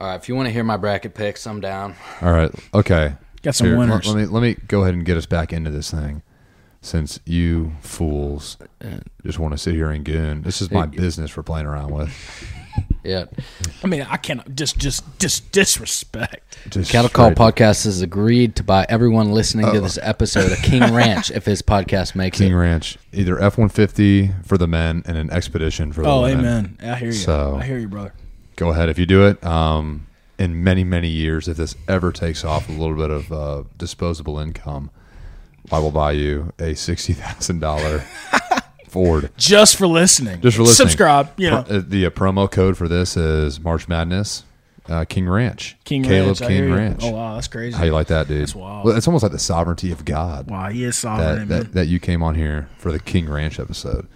right, if you want to hear my bracket picks, I'm down. All right. Okay. Got some Here, let- winners. Let me let me go ahead and get us back into this thing, since you fools just want to sit here and goon. This is my business for playing around with. Yeah. I mean, I cannot just just just disrespect. Just Cattle Call straight- Podcast has agreed to buy everyone listening to this episode a King Ranch if his podcast makes King it. Ranch, either F one fifty for the men and an expedition for the Oh, women. amen. I hear you. So- I hear you, brother. Go ahead if you do it. Um, in many many years, if this ever takes off a little bit of uh, disposable income, I will buy you a sixty thousand dollar Ford. Just for listening. Just for listening, Subscribe. You know. Pro- uh, the uh, promo code for this is March Madness, uh, King Ranch, King Caleb Ranch. I hear King you. Ranch. Oh wow, that's crazy. How you like that, dude? That's wild. Well, it's almost like the sovereignty of God wow, he is that, sovereign, man. that, that you came on here for the King Ranch episode.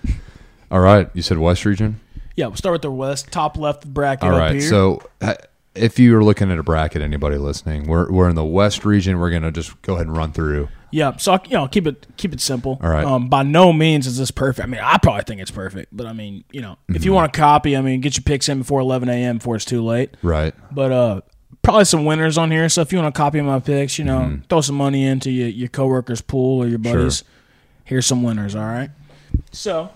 All right, you said West Region. yeah, we'll start with the West, top left bracket All up right, here. so uh, if you are looking at a bracket, anybody listening, we're we're in the West Region. We're gonna just go ahead and run through. yeah, so you know, keep it keep it simple. All right. Um, by no means is this perfect. I mean, I probably think it's perfect, but I mean, you know, if Mm-hmm. you want to copy, I mean, get your picks in before 11 a.m. before it's too late. Right. But uh, probably some winners on here. So if you want to copy my picks, you know, Mm-hmm. throw some money into your, your coworkers' pool or your buddies. Here's some winners. All right. So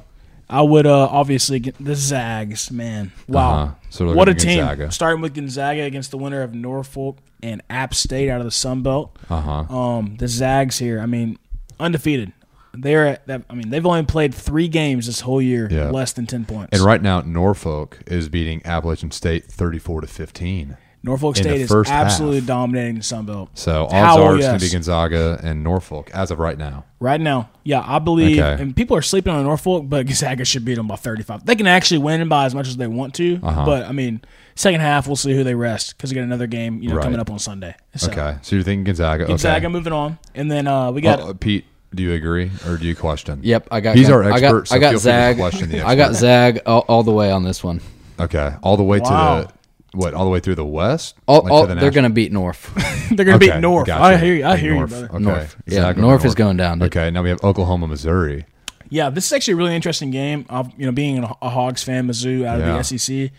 I would uh, obviously get the Zags, man. Wow. Uh-huh. So we're what a looking at team. Gonzaga. Starting with Gonzaga against the winner of Norfolk and App State out of the Sun Belt. Uh huh. Um, the Zags here, I mean, undefeated. They're at that, I mean, they've only played three games this whole year, Yeah. less than 10 points. And right now, Norfolk is beating Appalachian State thirty-four to fifteen. Norfolk in the State is first half. absolutely dominating the Sun Belt. So odds Howell, are it's going to yes. be Gonzaga and Norfolk as of right now. Right now, yeah, I believe, Okay. and people are sleeping on Norfolk, but Gonzaga should beat them by 35. They can actually win by as much as they want to, Uh-huh. but I mean, second half we'll see who they rest because they got another game, you know, Right. coming up on Sunday. So, Okay, so you're thinking Gonzaga. Gonzaga okay. moving on, and then uh, we got Oh, Pete, do you agree or do you question? Yep, I got. He's our I expert, got, so I got feel free to Zag. question the I got expert. Zag all, all the way on this one. Okay, all the way Wow. to the what? All the way through the West? All, Like to all, the Oh, they're national- going to beat North. they're going to Okay, beat North. gotcha. I hear you. I And hear North. you, brother. Okay. North. Yeah, Gonzaga, North is going down, dude. Okay, now we have Oklahoma, Missouri. Yeah, this is actually a really interesting game. Of you know, being a, a Hogs fan, Mizzou out of Yeah. the SEC.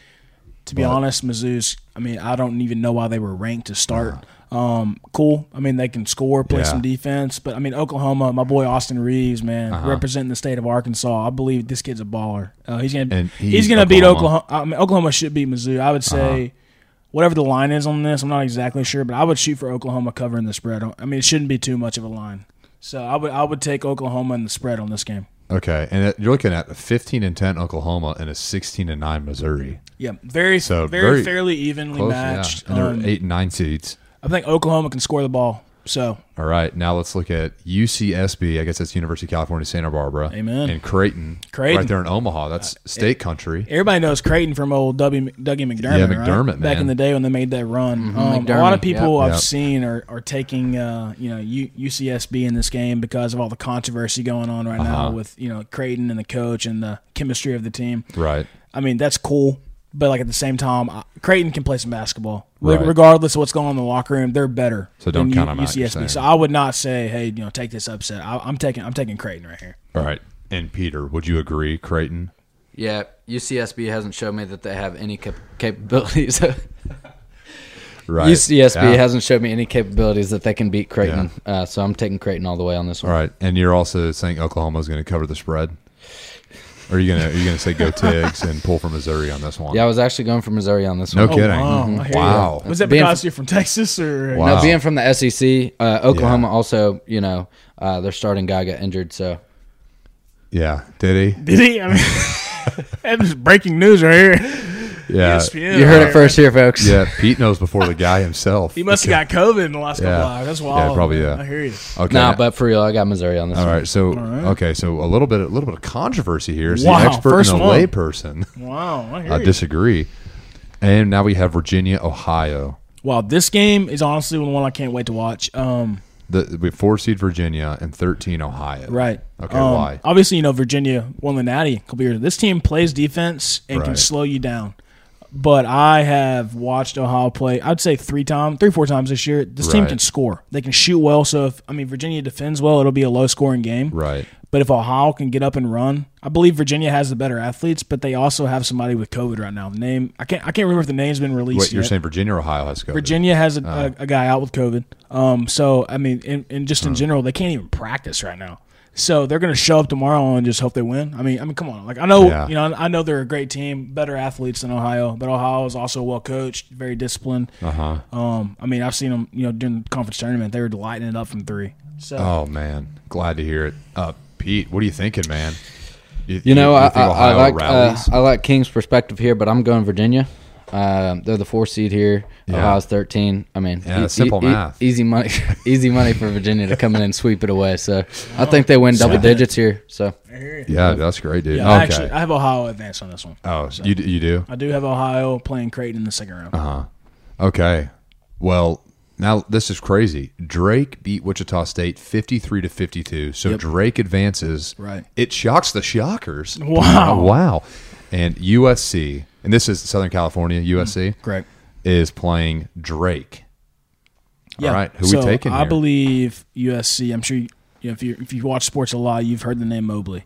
To be honest, Mizzou's. I mean, I don't even know why they were ranked to start. Um, cool. I mean, they can score, play Uh-huh. Yeah. Uh-huh. some defense, but I mean, Oklahoma, my boy Austin Reeves, man, representing the state of Arkansas. I believe this kid's a baller. Uh, he's gonna And he's, he's gonna beat Oklahoma. Uh-huh. Oklahoma. I mean, Oklahoma should beat Mizzou. I would say. Whatever the line is on this, I'm not exactly sure, but I would shoot for Oklahoma covering the spread. I mean, it shouldn't be too much of a line, so I would I would take Oklahoma and the spread on this game. Okay, and that- you're looking at a 15 and 10 Oklahoma and a 16 and 9 Missouri. Yeah, very So, very, very fairly evenly Close, yeah. matched. And they're Um, eight and nine seeds. I think Oklahoma can score the ball. So All right, now let's look at UCSB. I guess that's University of California, Santa Barbara. Amen. And Creighton, Creighton. Uh, right there in Omaha. That's state country. everybody knows Creighton from old w, Dougie McDermott. Yeah, right? McDermott, Back man. in the day when they made that run, um, a lot Mm-hmm. McDermott, of people yep. I've Yep. seen are, are taking uh, you know U, UCSB in this game because of all the controversy going on right now Uh-huh. with you know Creighton and the coach and the chemistry of the team. Right. I mean, that's cool. But like at the same time, I- Creighton can play some basketball. Re- Right. Regardless of what's going on in the locker room, they're better. So don't than count U- them out, you're UCSB. So saying. I would not say, hey, you know, take this upset. I, I'm taking, I'm taking Creighton right here. All right. And Peter, would you agree, Creighton? yeah, UCSB hasn't shown me that they have any cap- capabilities. Right. UCSB Yeah. hasn't showed me any capabilities that they can beat Creighton. Uh, so I'm taking Creighton all the way on this All one. right. And you're also saying Oklahoma's going to cover the spread? Or are you going to are you going to say go Tiggs and pull for Missouri on this one? Yeah, I was actually going for Missouri on this No one. kidding. Oh, Mm-hmm. wow. I hear Wow. you. Was that Being- because you're from Texas or? Wow. Now, being from the SEC, uh, Oklahoma also, you know, uh, their starting guy got injured, so Yeah. Did Did he? I mean, that is breaking news right here. he? Yeah. ESPN you heard right it first here, folks. Yeah. Pete knows before the guy himself. He must have got COVID in the last Yeah. couple hours. That's Yeah, wild. probably, man. yeah. I hear you. Okay. Nah, but for real, I got Missouri on this all one. right, so okay, so a little bit, a little bit of controversy here. It's Wow, the expert first and the one. layperson Wow. I hear uh, you. disagree, and now we have Virginia, Ohio. wow. This game is honestly the one I can't wait to watch. Um, The we have four seed Virginia and thirteen Ohio. Right. Okay. Um, why? Obviously, you know Virginia won the Natty a couple years. This team plays defense and can Right. slow you down. but I have watched Ohio play. I'd say three times, three four times this year. This team Right. can score. They can shoot well. So if I mean Virginia defends well, it'll be a low scoring game. Right. But if Ohio can get up and run, I believe Virginia has the better athletes. But they also have somebody with COVID right now. Name I can't I can't remember if the name's been released. Wait, you're yet. saying Virginia or Ohio has COVID? Virginia has a, Uh, a, a guy out with COVID. Um, so I mean, and, and just uh. in general, they can't even practice right now. So they're going to show up tomorrow and just hope they win. I mean, I mean, come on. Like I know, Yeah. you know, I know they're a great team, better athletes than Ohio, but Ohio is also well coached, very disciplined. Uh huh. Um, I mean, I've seen them, you know, during the conference tournament, they were lighting it up from three. So Oh man, glad to hear it. Uh, Pete, what are you thinking, man? You know, I, think I, I Ohio like uh, rallies? I like King's perspective here, but I'm going Virginia. Um, they're the four seed here. Yeah. Ohio's 13. I mean, e-, Yeah, simple math. easy money, easy money for Virginia to come in and sweep it away. So I think they win double Sweep it. digits here. So yeah, that's great, dude. yeah, okay. I actually, I have Ohio advanced on this one. oh, you d- you do? I do have Ohio playing Creighton in the second round. Uh-huh. Okay. Well, now this is crazy. Drake beat Wichita State 53 to 52. So Drake advances. Right. It shocks the shockers. Wow. wow. And USC, and this is Southern California, USC, Correct. is playing Drake. All right, who we so taking I here? believe USC. I'm sure you, you know, if you if you watch sports a lot, you've heard the name Mobley.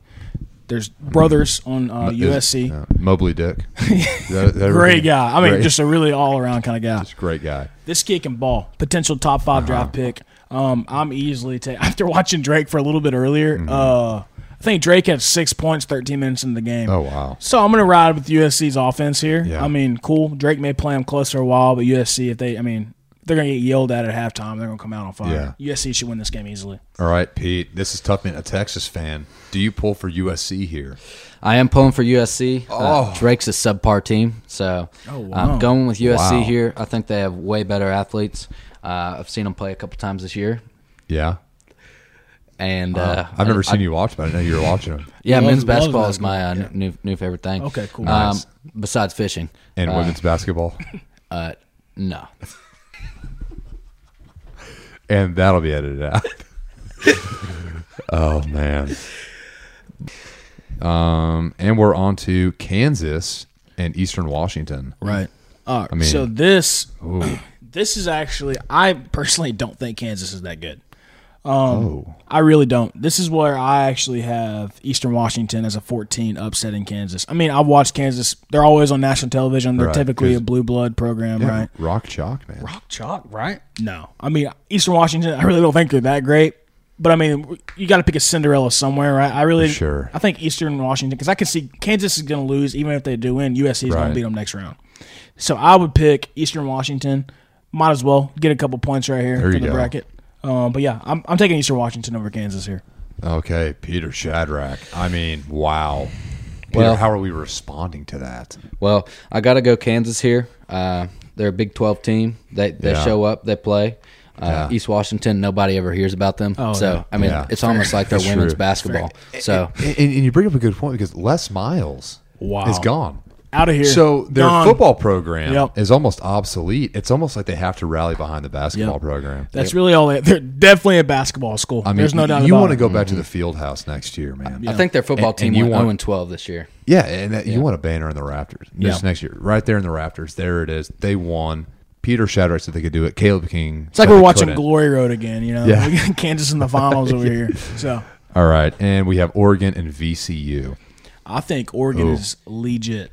There's brothers on uh, Is- USC. yeah, Mobley Dick. Is that- is that Great everything? guy. I mean, Great- just a really all around kind of guy. just Uh-huh. a great guy. This kid can ball. Potential top 5 draft pick. Um, I'm easily ta- after watching Drake for a little bit earlier. Mm-hmm. Uh, I think Drake had six points, 13 minutes into the game. Oh wow. So I'm going to ride with USC's offense here. Yeah. I mean, cool. Drake may play them close for a while, but USC, if they, I mean, they're going to get yelled at at halftime. They're going to come out on fire. USC should win this game easily. All right, Pete. This is tough being a Texas fan. Do you pull for USC here? I am pulling for USC. Oh. Uh, Drake's a subpar team, so Oh, wow. I'm going with USC Wow. here. I think they have way better athletes. Uh, I've seen them play a couple times this year, Yeah. and uh, I've never I- seen you watch, but I know you were watching them. Yeah, Love- men's love basketball is my uh, basketball, n- new new favorite thing. Okay, cool. Nice. Um, besides fishing, And Uh, women's basketball. uh, no, and that'll be edited out. oh man. Um, and we're on to Kansas and Eastern Washington. Right. Uh, mean- so this this is actually I personally don't think Kansas is that good. Oh, I really don't. This is where I actually have Eastern Washington as a 14 upset in Kansas. I mean, I've watched Kansas. They're always on national television. They're Right, typically 'cause- a blue blood program, right? Rock chalk, man. Rock chalk, right? No. I mean, Eastern Washington, I really don't think they're that great. But I mean, you got to pick a Cinderella somewhere, right? I really, Sure. I think Eastern Washington, because I can see Kansas is going to lose, even if they do win. USC is going Right. to beat them next round. So I would pick Eastern Washington. Might as well get a couple points right here There for you the go. bracket. Um, but yeah, I'm, I'm taking Eastern Washington over Kansas here. Okay, Peter Shadrack. I mean, wow. Peter, Well- how are we responding to that? Well, I got to go Kansas here. Uh, they're a Big 12 team. They they Yeah. show up, they play. Uh, Yeah. East Washington, nobody ever hears about them. Oh, so yeah. I mean, Yeah. it's almost like they're That's women's true. basketball. So And, and you bring up a good point because Les Miles Oh. Wow. is gone. Out of here. So their Gone. football program Yep. is almost obsolete. It's almost like they have to rally behind the basketball Yep. program. That's really all. They, they're definitely a basketball school. I mean, There's no doubt. you about want to it. go Mm-hmm. back to the field house next year, man. I think their football And- team and you went want- 0 and 12 this year. Yeah, and that, you want a banner in the rafters this Yeah. next year, right there in the rafters. There it is. They won. Peter Shadrack said they could do it. Caleb King. It's like we're watching Glory Road again, you know. Yeah. We got Kansas in the finals over here. So All right, and we have Oregon and VCU. I think Oregon Ooh. is legit.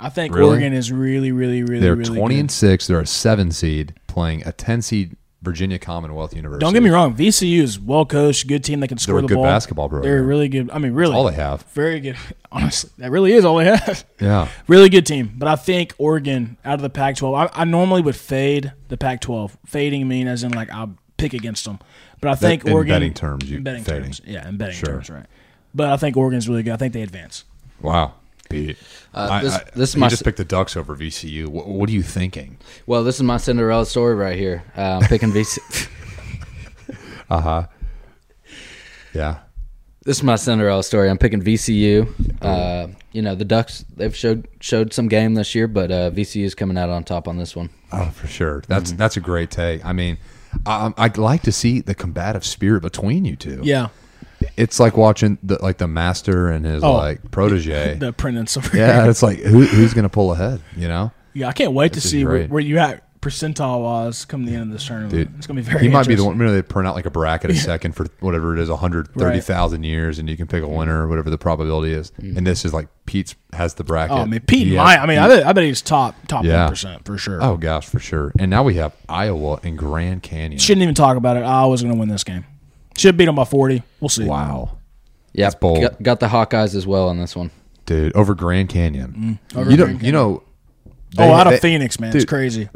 I think Really? Oregon is really, really, really, They're really twenty good. and six. They're a seven seed playing a ten seed Virginia Commonwealth University. Don't get me wrong, VCU is well coached, good team that can score They're a the good ball. basketball program. They're really good. I mean, really, All they have. very good. Honestly, that really is all they have. Yeah. Really good team, but I think Oregon out of the Pac-12. I, I normally would fade the Pac-12. Fading mean as in like I'll pick against them, but I think in Oregon betting terms, you- in betting fading. terms, yeah, in betting Sure. terms, right? But I think Oregon's really good. I think they advance. Wow. Pete. I- Uh, this- I- this is you my just s- picked the Ducks over VCU. What, what are you thinking? Well, this is my Cinderella story right here. Uh, I'm picking VC. Yeah. this is my Cinderella story. I'm picking VCU. Uh, you know, the Ducks they've showed showed some game this year, but uh, VCU's coming out on top on this one. Oh, for sure. That's Mm-hmm. that's a um, great take. I mean, I, I'd like to see the combative spirit between you two. Yeah, it's like watching the, like the master and his Oh. like protege. the apprentice over yeah, here. it's like who, who's going to pull ahead? You know, Yeah, I can't wait to is see where, great. where you at percentile wise come the end of this tournament. Dude, it's gonna be very. he might be the interesting. one. Remember they print out like a bracket a second for whatever it is, one hundred thirty thousand years, and you can pick a winner, whatever the probability is. And this is like Pete's has the bracket. Mm-hmm. Oh, I mean, Pete He has- might. I mean, I bet, I bet he's top top one Yeah. for sure. Oh gosh, for sure. And now we have Iowa and Grand Canyon. Shouldn't even talk about it. I was gonna win this game. Should beat him by forty. We'll see. Wow, Yeah, That's bold. Got, got the Hawkeyes as well on this one. dude, over Grand Canyon. Mm. over you know, Grand you know. oh, they- out of they- Phoenix, man, it's dude, crazy.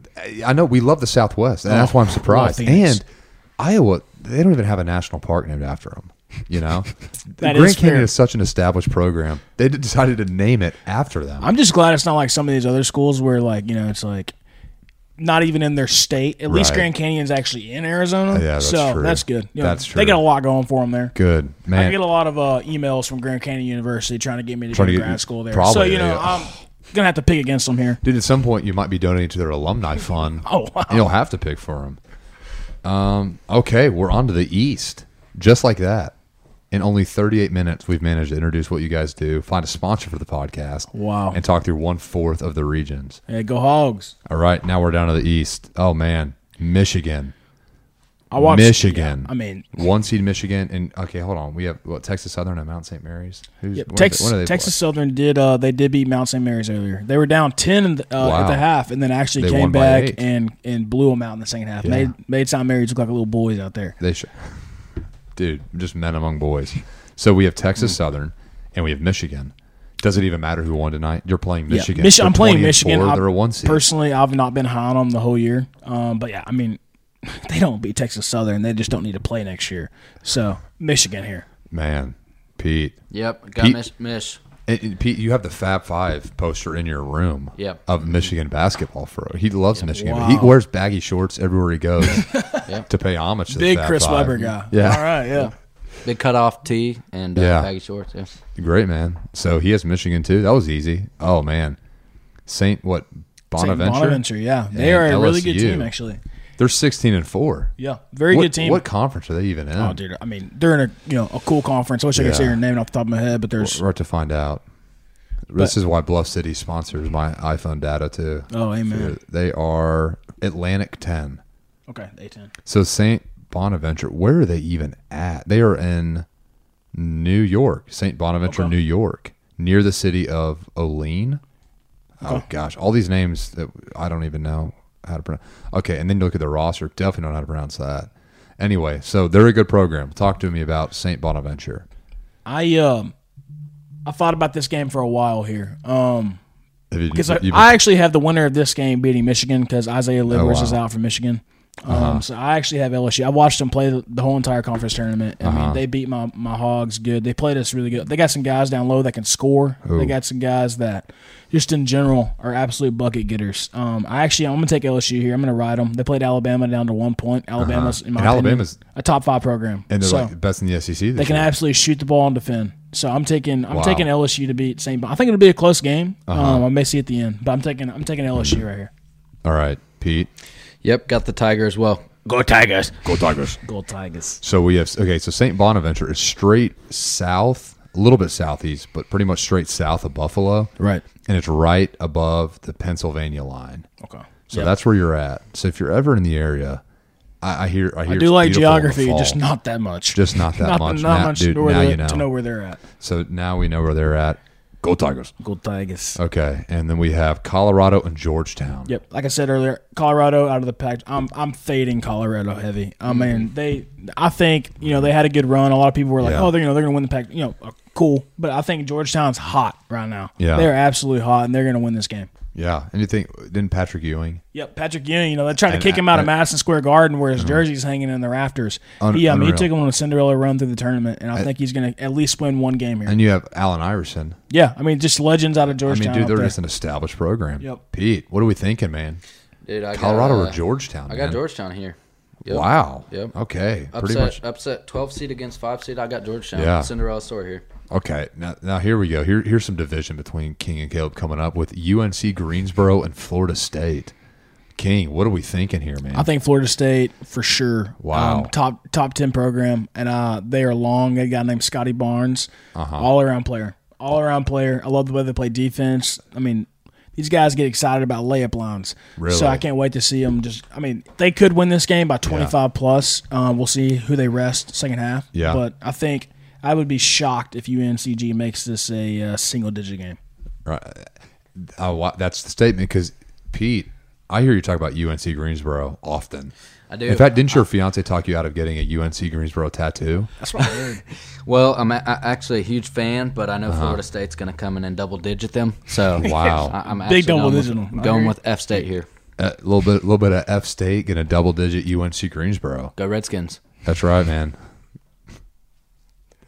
I know we love the Southwest, and that's why I'm surprised. love Phoenix. And Iowa, they don't even have a national park named after them. You know, That Grand is Canyon fair. is such an established program. They d- decided to name it after them. I'm just glad it's not like some of these other schools where, like, you know, it's like not even in their state. At least Right. Grand Canyon's actually in Arizona. Yeah, that's so true. that's good. You know, That's They true. got a lot going for them there. Good I man. get a lot of uh, emails from Grand Canyon University trying to get me to go Trying to to get- grad school there. probably, so you know, yeah. I'm gonna have to pick against them here. Dude, at some point you might be donating to their alumni fund. Oh, wow. you'll have to pick for them. Um, okay, we're on to the East, just like that. In only 38 minutes, we've managed to introduce what you guys do, find a sponsor for the podcast, Wow. and talk through one fourth of the regions. Hey, go Hogs! All right, now we're down to the East. Oh man, Michigan, I watched Michigan. yeah, I mean, one seed Michigan, and okay, hold on. We have what Texas Southern and Mount St. Mary's. Who's, Yep, when do they- Texas, when do they Texas Southern did uh, they did beat Mount St. Mary's earlier. They were down ten in the, uh, at Wow. the half, and then actually They came won by back eight. and and blew them out in the second half. Yeah. Made made St. Mary's look like little boys out there. They should. Dude, just men among boys. So we have Hmm. Texas Southern and we have Michigan. Does it even matter who won tonight? You're playing Yeah, Michigan. Mich- They're I'm playing 20 and Michigan. Four, I- they're a one seed. Personally, I've not been high on them the whole year. Um, but yeah, I mean, they don't beat Texas Southern. They just don't need to play next year. So Michigan here. Man, Pete. Yep, got Pete- Mish- Mish. And- and Pete, you have the Fab Five poster in your room Yep. of Michigan basketball for He loves Michigan. He Wow. wears baggy shorts everywhere he goes to pay homage to the Big Fab Chris Five. Webber guy. Yeah. All right. Yeah. Big cutoff tee and uh, Yeah. baggy shorts. Yeah. Great man. So he has Michigan too. That was easy. Oh man, Saint what Saint Bonaventure? Bonaventure. Yeah. They And are a really good LSU. team, actually. They're sixteen and four. Yeah. Very what, good team. What conference are they even in? Oh, dude. I mean, they're in a you know a cool conference. I wish I could Yeah. say your name off the top of my head, but there's We're about to find out. This is why Bluff City sponsors my iPhone data too. Oh, amen. They are Atlantic ten. okay A ten. So Saint Bonaventure, where are they even at? They are in New York, Saint Bonaventure, Okay. New York, near the city of Olean. Oh gosh, all these names that I don't even know how to pronounce. Okay, and then you look at the roster, definitely don't know how to pronounce that. Anyway, so they're a good program. Talk to me about Saint Bonaventure. I um I thought about this game for a while here. Um. Have you- because I, you've been- I actually have the winner of this game beating Michigan because Isaiah Livers Oh, is out for Michigan. Um, Uh-huh. So I actually have LSU. I watched them play the, the whole entire conference tournament. I Uh-huh. mean, they beat my, my Hogs good. They played us really good. They got some guys down low that can score. They got some guys that just in general are absolute bucket getters. Um, I actually I'm gonna take LSU here. I'm gonna ride them. They played Alabama down to one point. Alabama's in my Uh-huh. And opinion, Alabama's- a top five program. and they're So- like the best in the SEC. This they can year. absolutely shoot the ball and defend. So I'm taking I'm Wow. Uh-huh. taking LSU to beat St. Bon- I think it'll be a close game. Um, I may see at the end, but I'm taking I'm taking LSU right here. All right, Pete. Yep, got the Tiger as well. Go Tigers! Go Tigers! Go Tigers! So we have okay. So Saint Bonaventure is straight south, a little bit southeast, but pretty much straight south of Buffalo, Right. and it's right above the Pennsylvania line. Okay. So that's where you're at. So if you're ever in the area, I, I hear I hear I it's do beautiful like in the geography, fall. just not that much. just not that not much. Not now, much dude, to, where now they're- you know. to know where they're at. so now we know where they're at. Go Tigers. Go Tigers! Okay, and then we have Colorado and Georgetown. Yep, like I said earlier, Colorado out of the pack. I'm I'm fading Colorado heavy. Mm-hmm. I mean, they I think you know they had a good run. A lot of people were like, Yeah. oh, they're you know they're gonna win the pack. You know, uh, cool. But I think Georgetown's hot right now. Yeah. they're absolutely hot, and they're gonna win this game. Yeah, and you think didn't Patrick Ewing? Yep, Patrick Ewing. You know they're trying to And kick him out of I- Madison Square Garden where his jersey's hanging in the rafters. Un- he, um, he unreal. took him on a Cinderella run through the tournament, and I, think he's going to at least win one game here. And you have Allen Iverson. yeah, I mean just legends out of I Georgetown. mean, dude, out they're there. just an established program. Yep. Pete, what are we thinking, man? Dude, I got, Colorado uh, or Georgetown? I got man? Georgetown here. Yep. Wow. Yep. Okay. Pretty Upset, much. upset. Twelve seed against five seed. I got Georgetown. Yeah. Cinderella story here. Okay. Now, now here we go. Here, here's some division between King and Caleb coming up with UNC Greensboro and Florida State. King, what are we thinking here, man? I think Florida State for sure. Um, Wow. top top ten program, and uh, they are long. A guy named Scotty Barnes, Uh-huh. all around player, all around player. I love the way they play defense. I mean, these guys get excited about layup lines, Really? so I can't wait to see them. Just, I mean, they could win this game by twenty five plus. Um, we'll see who they rest second half. Yeah. but I think I would be shocked if UNCG makes this a uh, single digit game. Uh, wha- that's the statement because Pete, I hear you talk about UNC Greensboro often. I do. In fact, didn't your fiance talk you out of getting a UNC Greensboro tattoo? That's what I heard. Well, I'm a- a- actually a huge fan, but I know Florida State's going to come in and double digit them. Uh-huh. So Wow. I, I'm Big actually double going with- digit 'em. I Going agree. with F State here. A little bit, little bit of F State, gonna double digit UNC Greensboro. Go Redskins. That's right, man.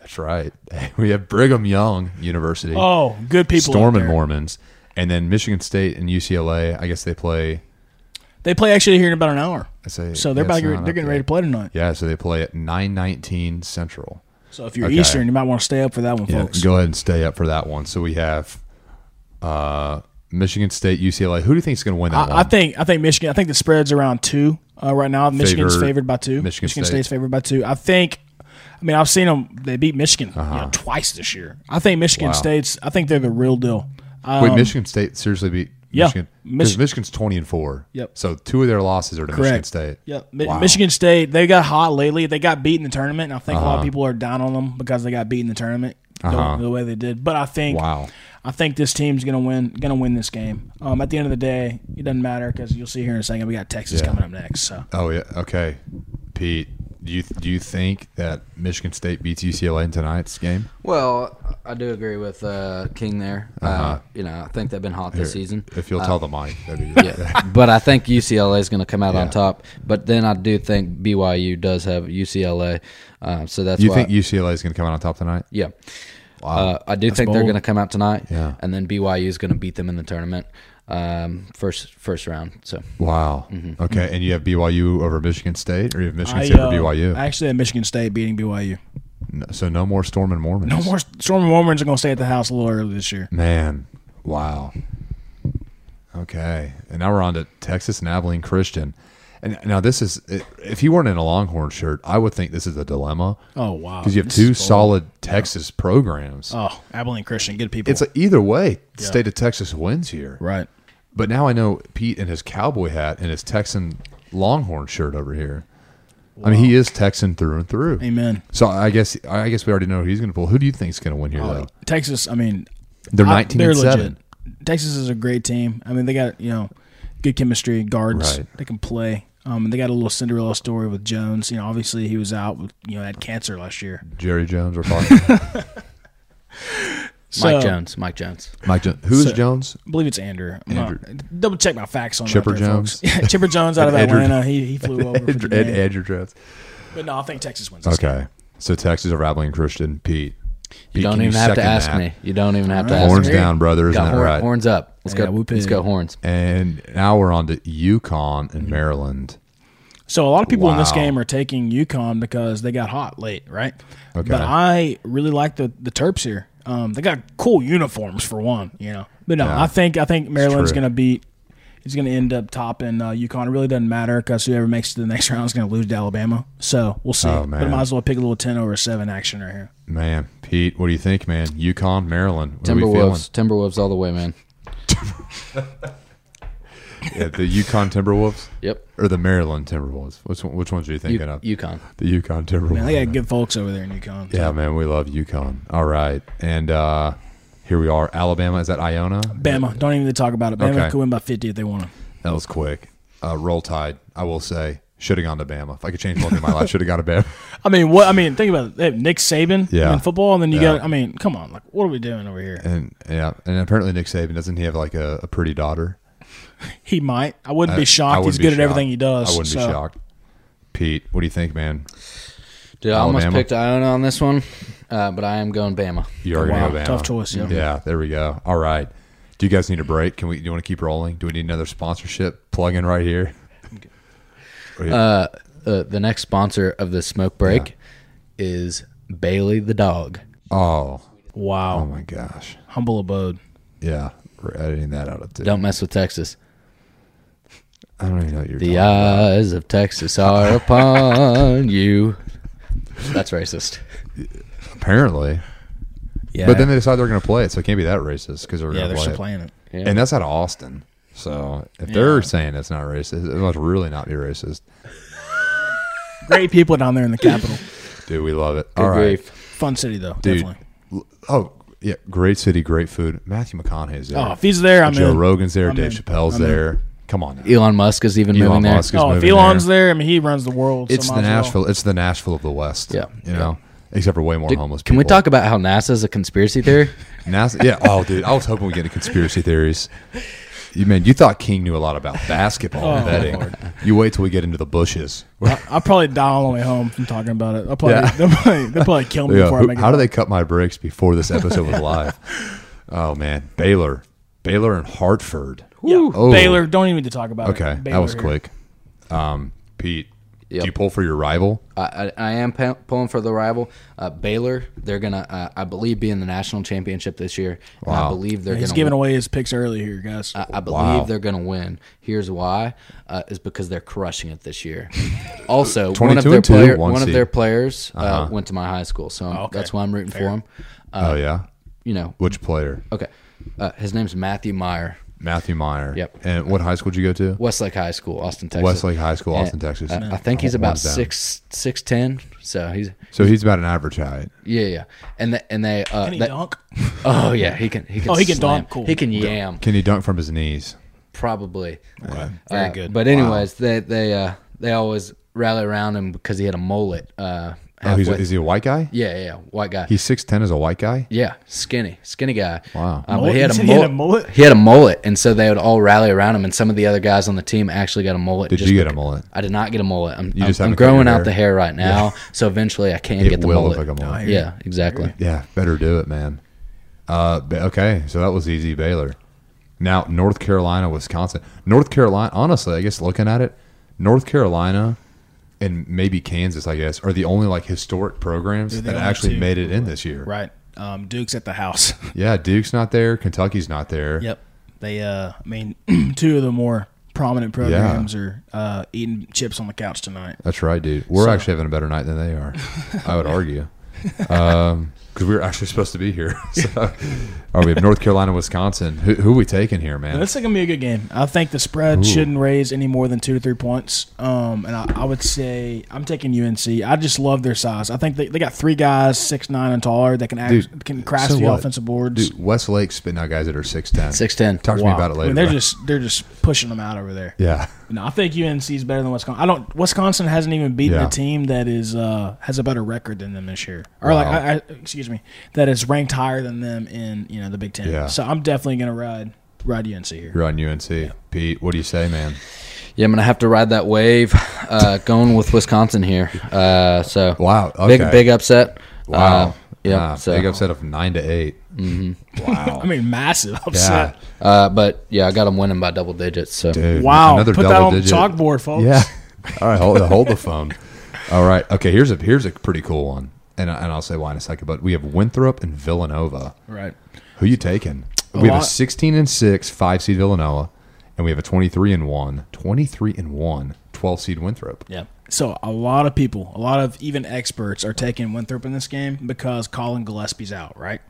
That's right. We have Brigham Young University, oh, good people. out Storm and there. Mormons, and then Michigan State and UCLA. I guess they play. They play actually here in about an hour. I say, So they're yeah, about it's to, not they're up getting yet. ready to play tonight. Yeah, so they play at nine nineteen Central. So if you're Okay. Eastern, you might want to stay up for that one, Yeah, folks. go ahead and stay up for that one. So we have uh, Michigan State, UCLA. Who do you think is going to win that one? I, I think I think Michigan. I think the spread's around two uh, right now. Michigan's Favored- favored by two. Michigan State. State's favored by two. I think. I mean, I've seen them. They beat Michigan you know, twice this year. I think Michigan Uh-huh. Wow. State's. I think they're the real deal. Um, Wait, Michigan State seriously beat yeah, Michigan because Mich- Michigan's twenty and four. Yep. So two of their losses are to Michigan Correct. State. Yeah, Mi- Michigan State. They got hot lately. They got beat in the tournament, and I think a lot of people are down on them because they got beat in the tournament the- Uh-huh. the, way they did. But I think Wow. I think this team's gonna win. Gonna win this game. Um, at the end of the day, it doesn't matter because you'll see here in a second. We got Texas coming up next. So Oh yeah. Okay, Pete. Do you do you think that Michigan State beats UCLA in tonight's game? Well, I do agree with uh, King there. uh you know, I think they've been hot this season. Uh, If you'll tell the mic, that'd be Yeah. but I think UCLA is going to come out on Yeah. top. But then I do think BYU does have UCLA, um, so that's You why. think UCLA is going to come out on top tonight? yeah. Uh, I do think they're bold. going to come out tonight, Yeah. and then BYU is going to beat them in the tournament, um, first first round. So Wow. Mm-hmm. Okay, and you have BYU over Michigan State, or you have Michigan I, State uh, over BYU. I actually had Michigan State beating BYU. No- so no more Storm and Mormons. No more Storm Mormons are gonna stay at the house a little early this year. Man, wow. Okay, and now we're on to Texas and Abilene Christian. And now this is, if he weren't in a Longhorn shirt, I would think this is a dilemma Oh wow! because Mm. you have This two is bold. solid Texas programs. Oh, Abilene Christian, good people. it's like either way, the state of Texas wins here. right. But now I know Pete in his cowboy hat and his Texan Longhorn shirt over here. I mean, he is Texan through and through. Amen. So I guess I guess we already know who he's going to pull. Who do you think's going to win here though? Texas. I mean, They're I- nineteen and seven. legit. Texas is a great team. I mean, they got you know good chemistry, guards. Right. They can play. Um, they got a little Cinderella story with Jones. You know, obviously he was out. With, you know, had cancer last year. Jerry Jones or Fox? Mike So- Jones, Mike Jones. Mike Jones. Who is So- Jones? I believe it's Andrew. I'm not- Andrew. double check my facts on Chipper that there, Jones? folks. Yeah, Chipper Jones out of Andrew- Atlanta. He, he flew over for the Ed, game. Ed, Jones. But no, I think Texas wins. This game. Okay. So Texas are Abilene Christian. Pete. You don't even have to ask me. You don't even have to ask Horns me. down, brother. Isn't Got that horn- right? Horns up. Let's Yeah, go. whoop Let's it. go horns. And now we're on to Yukon Mm-hmm. and Maryland. So a lot of people in this Wow. game are taking UConn because they got hot late, right? Okay. But I really like the the Terps here. Um, they got cool uniforms for one, you know. But no, Yeah. I think I think Maryland's true. going to beat. He's going to end up topping uh, UConn. It really doesn't matter because whoever makes it to the next round is going to lose to Alabama. So we'll see. Oh, but I man. might as well pick a little ten over seven action right here. Man, Pete, what do you think, man? Yukon, Maryland. What are we feeling? Timberwolves. Timberwolves all the way, man. Yeah, the Yukon Timberwolves Yep. or the Maryland Timberwolves? Which one, which ones are you thinking U- of? UConn. the Yukon Timberwolves. Man, they got good folks over there in UConn. yeah, man, we love Yukon. All right. And uh here we are. Alabama, is that Iona? Bama, don't even talk about it. Bama Okay. could win by fifty if they want to. That was quick. Uh, roll Tide, I will say. Should have gone to Bama. If I could change one thing in my life, should have gone to Bama. I mean, what? I mean, think about it. They have Nick Saban Yeah. in football, and then you Yeah. got. I mean, come on, like, what are we doing over here? And yeah, and apparently Nick Saban doesn't he have like a, a pretty daughter? He might. I wouldn't be I shocked. wouldn't He's be good shocked. at everything he does. I wouldn't so. be shocked. Pete, what do you think, man? Dude, I almost Alabama. picked Iona on this one, uh, but I am going Bama. You are Oh, Wow, gonna go Bama. tough choice, yeah. yeah, there we go. All right. Do you guys need a break? Can we? Do you want to keep rolling? Do we need another sponsorship plug in right here? Uh, uh, the next sponsor of the smoke break is Bailey the dog. Oh, Wow. oh my gosh. Humble abode. Yeah, we're editing that out of two. Don't mess with Texas. I don't even know what you're The uh, talking about. eyes of Texas are upon you. That's racist. Apparently. Yeah. But then they decide they're going to play it, so it can't be that racist because they're yeah, going they're to play still it. playing it. Yeah. And that's out of Austin. So if Yeah. they're saying it's not racist, it must really not be racist. Great people down there in the capital. Dude, we love it. Good All right. grief. Fun city though, Dude. definitely. L- Oh, yeah. Great city, great food. Matthew McConaughey's there. Oh, if he's there, I'm Joe in. Rogan's there. I'm Dave in. Chappelle's I'm in. there. Come on. now. Elon Musk is even Elon moving Musk is Oh, if moving Elon's there. there, I mean, he runs the world. so It's the might as well. Nashville. It's the Nashville of the West. Yeah. You know, except for way more homeless there. Can people. we talk about how NASA's a conspiracy theory? NASA? Yeah. Oh, dude, I was hoping we get into conspiracy theories. You man, you thought King knew a lot about basketball and Oh, betting. Lord. You wait till we get into the bushes. I'll probably die on the way home from talking about it. I'll probably, Yeah. they'll, probably, they'll probably kill me Yeah, before I who- make it. how do out. they cut my breaks before this episode was live? Oh man, Baylor, Baylor and Hartford. Yeah. Oh. Baylor, don't even need to talk about it. Okay, Baylor that was here. quick. Um, Pete, Yep. do you pull for your rival? I, I I am pu- pulling for the rival, uh, Baylor. They're gonna, uh, I believe, be in the national championship this year. And I Wow. believe they're He's gonna. giving win. away his picks early here, guys. I, I believe Wow. they're gonna win. Here's why: uh, is because they're crushing it this year. Also, one of 22 their and two, player, one one of seed. Uh-huh. their players uh, went to my high school, so I'm- Oh, okay. that's why I'm rooting for him. oh yeah, You know, which player? okay. Uh, his name's Matthew Meyer, Matthew Meyer. Yep. And what high school did you go to? Westlake High School, Austin, Texas. Westlake High School, Austin, And, Texas. uh, I think he's about One's down. six six ten. So he's So he's about an average height. yeah yeah, and the, and they uh, Can he that- dunk? Oh yeah, he can. He can Oh, he can slam. dunk? Cool. He can yam. Can he dunk from his knees? Probably. Very Uh, good. But anyways, they they uh, they always rally around him because he had a mullet. Uh, Oh, he's, halfway- is he a white guy? yeah, yeah, white guy. He's six ten as a white guy. yeah, skinny, skinny guy. Wow. Um, but Mullet? he, had You a said he had a mullet. mullet? He had a mullet, and so they would all rally around him. And some of the other guys on the team actually got a mullet. Did just you get a beca- mullet? I did not get a mullet. I'm, I'm, just I'm haven't cut your growing out hair. the hair right now, so eventually I can It get the will mullet. look like a mullet. Yeah, exactly. Yeah, better do it, man. Uh, ba- okay, so that was easy, Baylor. Now North Carolina, Wisconsin. North Carolina, honestly, I guess looking at it, North Carolina and maybe Kansas, I guess, are the only like historic programs They're the that only actually two. made it in this year. Right. Um, Duke's at the house. Yeah, Duke's not there, Kentucky's not there. yep. They, uh, I mean, two of the more prominent programs are uh, eating chips on the couch tonight. That's right, dude. We're actually having a better night than they are. I would argue, because we were actually supposed to be here. So, all right, we have North Carolina, Wisconsin. Who, who we taking here, man? This is gonna be a good game. I think the spread Ooh. shouldn't raise any more than two to three points. Um, and I, I would say I'm taking UNC. I just love their size. I think they, they got three guys six nine and taller that can act, Dude, can crash so the what? offensive boards. Dude, Westlake spitting out guys that are six ten. Six ten. Talk to me about it I later. mean, they're bro. just they're just pushing them out over there. yeah, No, I think UNC is better than Wisconsin. I don't. Wisconsin hasn't even beaten Yeah. a team that is uh, has a better record than them this year, or like Wow. I, I, excuse me, that is ranked higher than them in you know the Big Ten. Yeah. So I'm definitely gonna ride ride UNC here. you're on UNC. Pete, what do you say, man? Yeah, I'm gonna have to ride that wave, uh, going with Wisconsin here. Uh, so Wow, okay. big big upset. Wow, Uh, yeah. Nah, so, big upset of nine to eight. Wow, I mean, massive yeah, upset. Uh, but yeah, I got them winning by double digits. So dude, Wow, another put that double on the digit. chalkboard, folks. Yeah. All right, hold, hold the phone. All right, okay. Here's a here's a pretty cool one, and I- and I'll say why in a second. But we have Winthrop and Villanova. Right. Who you taking? We have lot. a 16 and six five seed Villanova, and we have a 23 and one 23 and one 12 seed Winthrop. Yeah. So a lot of people, a lot of even experts are taking Winthrop in this game because Colin Gillespie's out, right?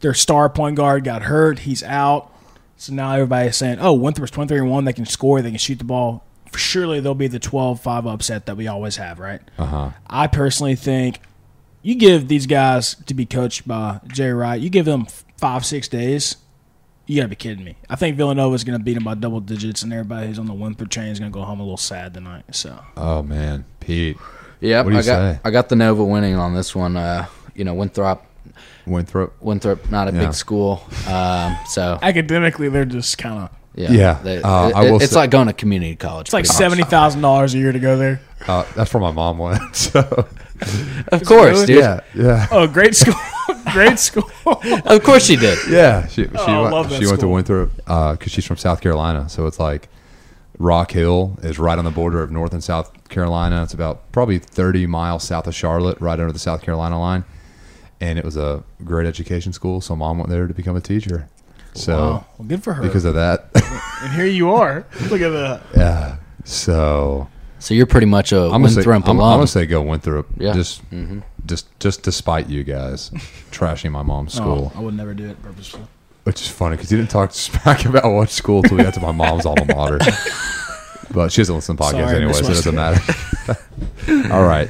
Their star point guard got hurt, he's out. So now everybody's saying, "Oh, Winthrop's 23 and 1, they can score, they can shoot the ball. Surely they'll be the 12-5 upset that we always have, right?" Uh-huh. I personally think you give these guys to be coached by Jay Wright, you give them 5-6 days, you gotta be kidding me. I think Villanova's gonna beat them by double digits, and everybody who's on the Winthrop train is gonna go home a little sad tonight. So Oh man, Pete yeah, What do you I got say? I got the Nova winning on this one. Uh, you know Winthrop Winthrop. Winthrop not a Yeah. big school. Um, so academically, they're just kind of yeah, Yeah, they- uh, it- I will it's say- like going to community college. it's like pretty seventy thousand dollars a year to go there. Uh, that's where my mom went. So much. of course, really? dude. yeah, yeah, Oh, great school, great school. Oh. Of course she did. yeah. She she, Oh, I went, love that she went to school. Winthrop because she's from South Carolina. So it's like Rock Hill is right on the border of North and South Carolina. It's about probably thirty miles south of Charlotte, right under the South Carolina line. And it was a great education school, so mom went there to become a teacher. So well, good for her. because of that, and here you are. Look at that. Yeah. So So you're pretty much a I'm gonna say I'm, Winthrop I'm alum. Mm-hmm. gonna say go Winthrop. Yeah. Just just just despite you guys trashing my mom's Oh. school, I would never do it purposefully. which is funny because you didn't talk smack about what school till we got to my mom's alma mater. But she doesn't listen to podcasts Sorry, anyway, so it missed my doesn't matter. All right.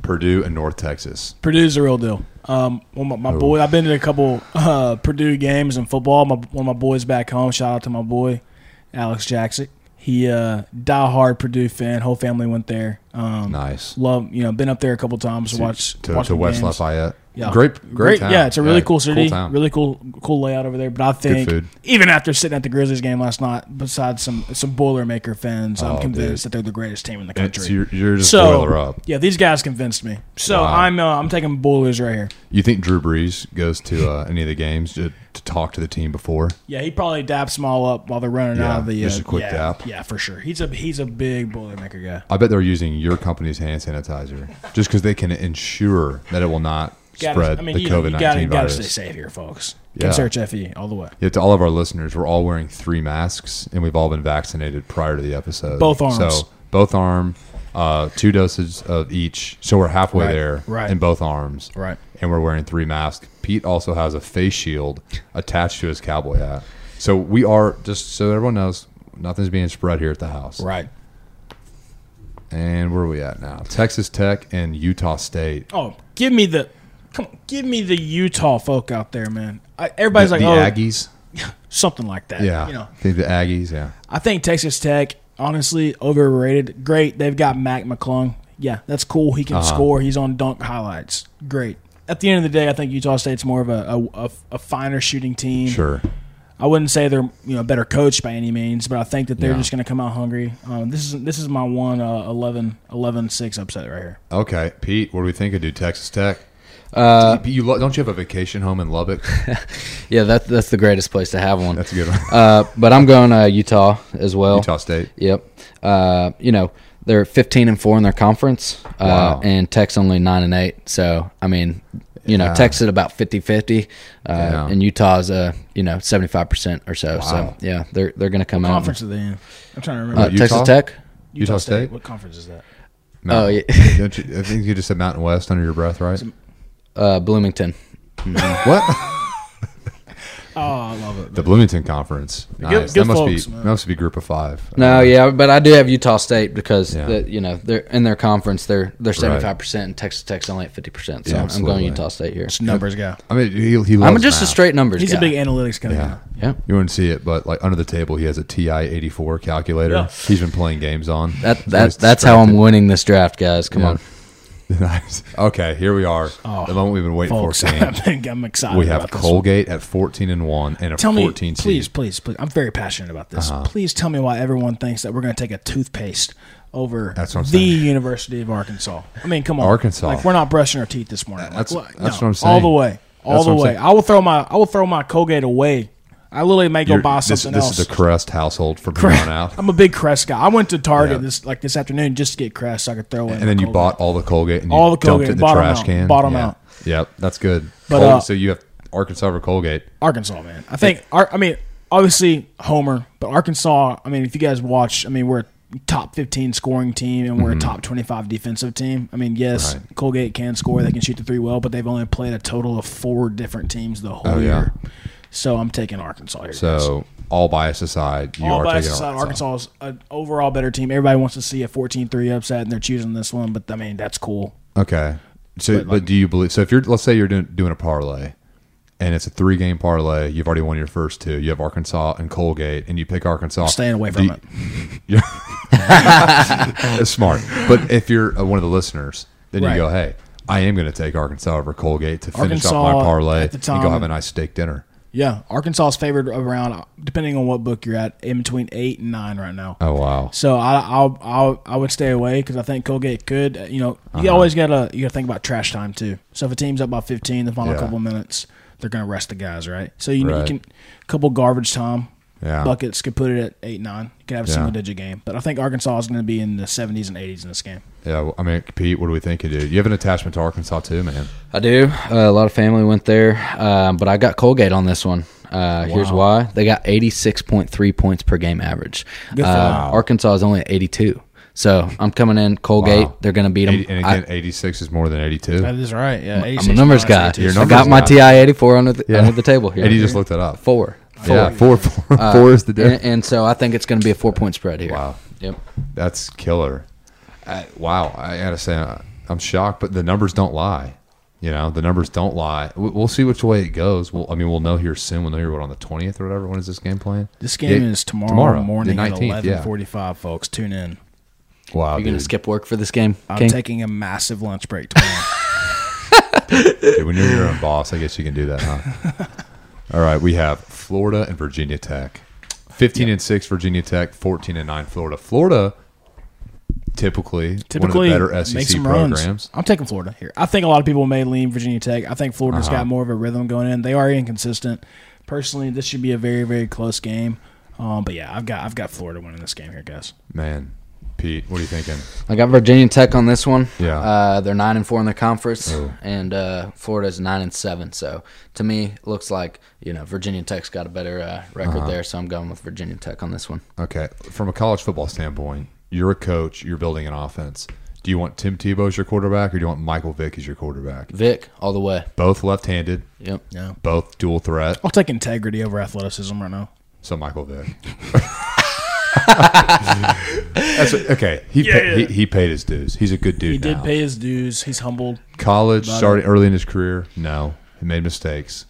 Purdue and North Texas. Purdue's a real deal. Um, one of my, Oh. my boy, I've been to a couple uh, Purdue games in football. My, one of my boys back home. Shout out to my boy, Alex Jackson. He uh, diehard Purdue fan. Whole family went there. Um, Nice. Love you know been up there a couple times to To- watch to, watch to the West games. Lafayette. Yeah. Great, great, town. Yeah, it's a really cool city. town. Really cool, cool layout over there. But I food. think even after sitting at the Grizzlies game last night, besides some some Boilermaker fans, Oh, I'm dude. convinced that they're the greatest team in the country. It's, you're, you're just So- boiler up. yeah, these guys convinced me. So Wow. I'm uh, I'm taking Boilers right here. You think Drew Brees goes to uh, any of the games to, to talk to the team before? Yeah, he probably daps them all up while they're running Yeah, out of the. just uh, a quick yeah, dap. Yeah, for sure. He's a he's a big Boilermaker guy. I bet they're using your company's hand sanitizer just because they can ensure that it will not Gotta- spread I mean, the you, COVID you gotta, nineteen you gotta virus. stay safe here, folks. Yeah. Can search FE all the way. Yet to all of our listeners, we're all wearing three masks, and we've all been vaccinated prior to the episode. Both arms. So both arm, uh, two doses of each. So we're halfway Right, there right. in both arms. Right. And we're wearing three masks. Pete also has a face shield attached to his cowboy hat. So we are just so everyone knows, nothing's being spread here at the house. Right. And where are we at now? Texas Tech and Utah State. Oh, give me the, come on, give me the Utah folk out there, man. I, everybody's the like, oh, Aggies. something like that. Yeah. You know, I think the Aggies. Yeah. I think Texas Tech, honestly, overrated. Great, they've got Mac McClung. Yeah, that's cool. He Uh-huh. can score. He's on dunk highlights. Great. At the end of the day, I think Utah State's more of a a, a, a finer shooting team. Sure. I wouldn't say they're you know better coached by any means, but I think that they're Yeah. just going to come out hungry. Um, this is this is my one uh, 11, 11-6 upset right here. Okay, Pete. What do we think of do Texas Tech? Uh, Do you, you lo- don't you have a vacation home in Lubbock? yeah, that, that's the greatest place to have one. That's a good one. Uh, but I'm going uh, Utah as well. Utah State. Yep. Uh, you know, they're 15 and 4 in their conference, uh, Wow. and Tech's only 9 and 8. So, I mean, you know, Yeah. Tech's at about 50 50, uh, Yeah. and Utah's, uh, you know, 75% or so. Wow. So, yeah, they're, they're going to come out. Conference of the end. I'm trying to remember. Uh, Um, Utah? Texas Tech? Utah State? What conference is that? Oh, yeah. Don't you, I think you just said Mountain West under your breath, right? Uh, Bloomington. What? Oh, I love it. the Bloomington Conference. Nice. Good- that good must folks, be man. that must be group of five. No, yeah, but I do have Utah State because Yeah. the, you know they're in their conference they're they're seventy five percent and Texas Tech's only at fifty percent. So I'm Yeah, going absolutely. Utah State here. It's numbers guy. I mean, he, he loves I'm just a math. straight numbers He's guy. a big analytics kind of Yeah. guy. yeah. You wouldn't see it, but like under the table, he has a TI 84 calculator. Yeah. He's been playing games on. That He's that always that's how I'm distracted. winning this draft, guys. Come on. nice. Okay, here we are. Oh, the moment we've been waiting Folks, for. Sam. I think I'm excited. We have about this one. Colgate at 14 and 1 and a Tell me, 14 seed. please, please, please. I'm very passionate about this. Uh-huh. Please tell me why everyone thinks that we're going to take a toothpaste over That's what I'm the saying. University of Arkansas. I mean, come on, Arkansas. Like we're not brushing our teeth this morning. That's- like, what? that's No. what I'm All the saying. way, all That's what the I'm way. saying. I will throw my, I will throw my Colgate away. I literally may go You're- buy this- something this, else. is the Crest household from here Crest. on out. I'm a big Crest guy. I went to Yeah. Target this like this afternoon just to get Crest so I could throw in. And then you bought all the Colgate and you All the dumped Colgate, it in the bought 'em trash out, can. bought 'em Yeah. out. Yep, that's good. But, Col- uh, so you have Arkansas over Colgate. Arkansas, man. I think. Ar- I mean, obviously Homer, but Arkansas. I mean, if you guys watch, I mean, we're a top fifteen scoring team and we're a top twenty-five defensive team. I mean, yes, Mm-hmm. Right. Colgate can score; they can shoot the three well, but they've only played a total of four different teams the whole Oh, yeah. year. So I'm taking Arkansas here. guys. So all bias aside, you all are bias taking aside, Arkansas. Arkansas is an overall better team. Everybody wants to see a 14-3 upset, and they're choosing this one. But I mean, that's cool. Okay. So, but, do you believe? So if you're, let's say you're doing, doing a parlay, and it's a three game parlay, you've already won your first two. You have Arkansas and Colgate, and you pick Arkansas. Staying away Do from you- That's smart. But if you're uh, one of the listeners, then Right. you go, hey, I am going to take Arkansas over Colgate to finish off Arkansas my parlay at the and go time- have a nice steak dinner. Yeah, Arkansas is favored around, depending on what book you're at, in between eight and nine right now. Oh wow. So I I'll, I'll I would stay away because I think Colgate could. uh, You know, Uh-huh. you always gotta you gotta think about trash time too. So if a team's up by fifteen, the final Yeah. couple minutes, they're gonna rest the guys, right? So you, Right. you can couple garbage time Yeah. buckets could put it at eight nine. You could have a Yeah. single digit game, but I think Arkansas is gonna be in the seventies and eighties in this game. Yeah, well, I mean, Pete, what do we think you do? You have an attachment to Arkansas too, man. I do. Uh, a lot of family went there, um, but I got Colgate on this one. Uh, Here's why they got 86.3 points per game average. Good for Uh, them. Arkansas is only at 82. So I'm coming in Colgate. Wow. They're going to beat them. Eighty- and again, 86 is more than 82. That is right. Yeah, I'm a numbers guy. You're a I numbers got my guy. TI 84 under the, Yeah. under the table here. and you just looked that up. four. Yeah, four, four, four is the And, difference. and so I think it's going to be a four point spread here. Wow, Yep. that's killer. I, wow, I gotta say, I- I'm shocked, but the numbers don't lie. You know, the numbers don't lie. We- We'll see which way it goes. We'll, I mean, we'll know here soon. We'll know here what on the 20th or whatever. When is this game playing? This game Yeah, is tomorrow, tomorrow, the morning at 19th, yeah. 11:45, folks. Tune in. Wow, You're going to dude. skip work for this game? I'm King? taking a massive lunch break tomorrow. Dude, when you're your own boss, I guess you can do that, huh? All right, we have Florida and Virginia Tech. 15 and 6 Virginia Tech, 14 and 9 Florida. Florida typically, Typically, one of the better make SEC some runs. programs. I'm taking Florida here. I think a lot of people may lean Virginia Tech. I think Florida's Uh-huh. got more of a rhythm going in. They are inconsistent. Personally, this should be a very very close game. Um, but yeah, I've got I've got Florida winning this game here, guys. Man, Pete, what are you thinking? I got Virginia Tech on this one. Yeah. uh, they're nine and four in their conference, Oh. and uh, Florida's nine and seven. So to me, looks like you know Virginia Tech's got a better uh, record Uh-huh. there. So I'm going with Virginia Tech on this one. Okay, from a college football standpoint, you're a coach, you're building an offense. Do you want Tim Tebow as your quarterback or do you want Michael Vick as your quarterback? Vic all the way. Both left-handed, Yep. Yeah, both dual threat. I'll take integrity over athleticism right now. So Michael Vick. That's what- okay. He, pa- Yeah. he he paid his dues. He's a good dude. He did now. pay his dues. He's humbled. college. Started early in his career. No, he made mistakes.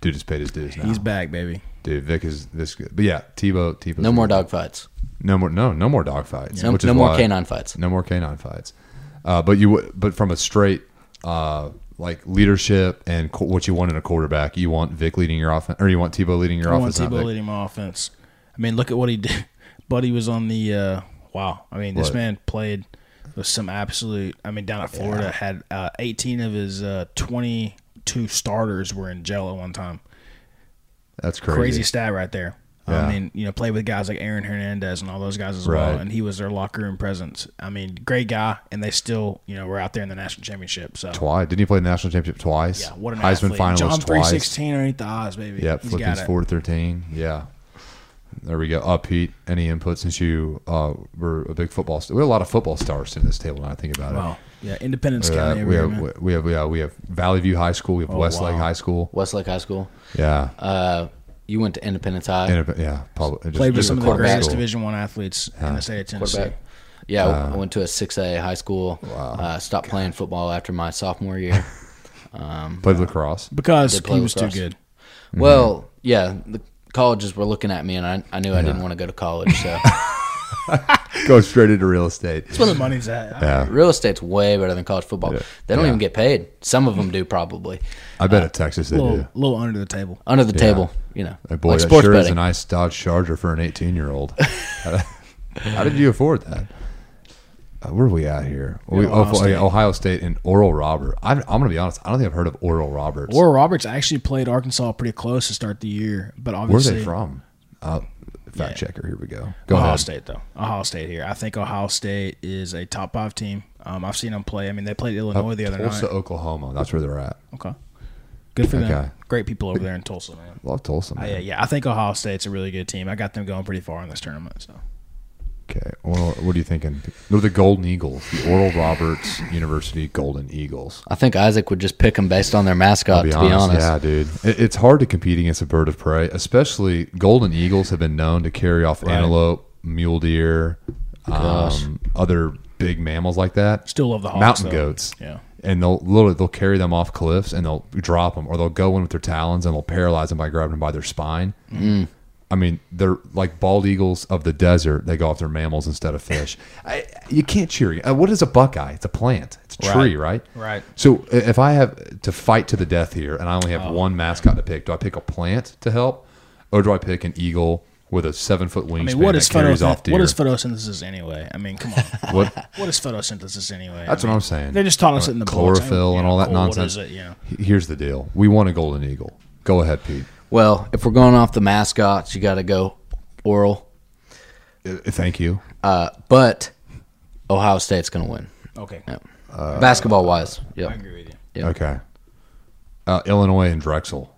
Dude has paid his dues now. He's back, baby. Dude, Vic is this good. But yeah, Tebow. Tebow. No more dog fights. No more. No. No more dog fights. No, which is no more why- canine fights. No more canine fights. Uh, but you. would- But from a straight. Uh, like leadership and co- what you want in a quarterback, you want Vic leading your offense, or you want Tebow leading your I want offense. not Tebow Vic. leading my offense. I mean, look at what he did. Buddy was on the uh, wow. I mean, this What? man played with some absolute. I mean, down at Florida, had uh, 18 of his uh, 22 starters were in jail at one time. That's Crazy, crazy. stat right there. Yeah. I mean, you know, played with guys like Aaron Hernandez and all those guys as Right. well, and he was their locker room presence. I mean, great guy, and they still, you know, were out there in the national championship. So, Twice. Didn't he play the national championship twice? yeah, what an Heisman athlete. finalist John twice. 316 underneath the eyes, baby. Yep, He's got Philippians it. four thirteen. Yeah, there we go. Up, Pete. Any input since you uh, were a big football? St- we have a lot of football stars in this table. Now I think about Wow. it. Yeah, Independence We have- County. over we, here, have, man. Oh, we, have, we have we have Valley View High School. We have Westlake wow. High School. Westlake High School. Yeah, Uh, you went to Independence High. And if- yeah. Probably, just, played with just some a of the quarterback greatest school. Division One athletes in the state of Tennessee. quarterback. Yeah, I- Uh. I went to a 6A high school. Uh, stopped playing football after my sophomore year. Mm-hmm. Played lacrosse. Because Did play he was too lacrosse. good. Well, yeah, the colleges were looking at me, and I, I knew I didn't want to go to college. So Go straight into real estate. That's where the money's at. Yeah, real estate's way better than college football. They don't Yeah. even get paid. Some of them do probably I bet Uh, at Texas they A little, do. little under the table. Uh, under the table. You know, Hey, boy, like that sports sure is a betting. nice Dodge Charger for an 18 year old. How did you afford that? Uh, where are we at here? We, Ohio Ohio, State. State. Ohio State and Oral Robert. I'm, I'm going to be honest. I don't think I've heard of Oral Roberts. Oral Roberts actually played Arkansas pretty close to start the year, but Where are obviously they from? Uh, fact checker. Here we go. Go Ohio ahead. State though. Ohio State here. I think Ohio State is a top five team. Um, I've seen them play. I mean, they played Illinois the other Tulsa, night. Oklahoma. That's where they're at. Okay, good for them. Okay. Great people over there in Tulsa, man. Love Tulsa. Man. Yeah, yeah. I think Ohio State's a really good team. I got them going pretty far in this tournament. So Okay. Oral, what are you thinking? They're the Golden Eagles, the Oral Roberts University Golden Eagles. I think Isaac would just pick them based on their mascot. I'll Uh, to be honest, Yeah, dude. It, it's hard to compete against a bird of prey, especially golden eagles have been known to carry off antelope, mule deer, um, other big mammals like that. still love the Hawks. Mountain though. goats. Yeah. And they'll literally they'll carry them off cliffs and they'll drop them, or they'll go in with their talons and they'll paralyze them by grabbing them by their spine. Mm. I mean, they're like bald eagles of the desert. They go off their mammals instead of fish. I, you can't cheer. Uh, What is a buckeye? It's a plant. It's a tree, right? Right. So i- if I have to fight to the death here, and I only Oh. have one mascot to pick, do I pick a plant to help, or do I pick an eagle with a seven foot I wingspan mean, what that is, carries off photosynthesis? deer? what is photosynthesis anyway? I mean, come on. What- what is photosynthesis anyway? That's I what mean, I'm saying. They just taught us it in the books. I chlorophyll mean, and yeah, all that cool, nonsense. What is it? Yeah. H- Here's the deal: we want a golden eagle. Go ahead, Pete. Well, if we're going off the mascots, you got to go Oral. Uh, Thank you. Uh, but Ohio State's going to win, Okay. Uh, basketball wise. Yep. I agree with you. Yeah. Okay. Uh, Illinois and Drexel.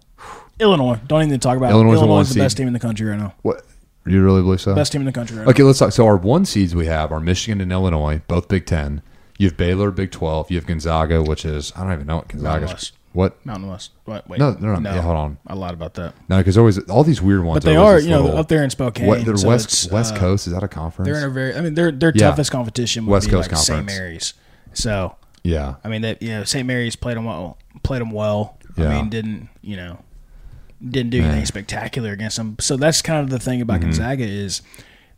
Illinois. Don't even talk about Illinois Illinois. is the Illinois one is the best seed. team in the country right now. What you really believe so? Best team in the country right Okay, let's talk. So our one seeds we have are Michigan and Illinois, both Big Ten. You have Baylor, Big Twelve. You have Gonzaga, which is I don't even know what Gonzaga's. West. What? now. Mountain West. Wait, wait. No, no, no, yeah, hold on. I lied about that. No, because always all these weird ones. But they are, always you this know, little- up there in Spokane. What, they're so West it's, West uh, Coast is that a conference? They're in a very. I mean, their their Yeah. toughest competition would West be Coast like St. Conference. Mary's. So yeah, I mean, that you know, St. Mary's played them well. Played them well. Yeah. I mean, didn't you know? Didn't do anything spectacular against them. So that's kind of the thing about Mm-hmm. Gonzaga is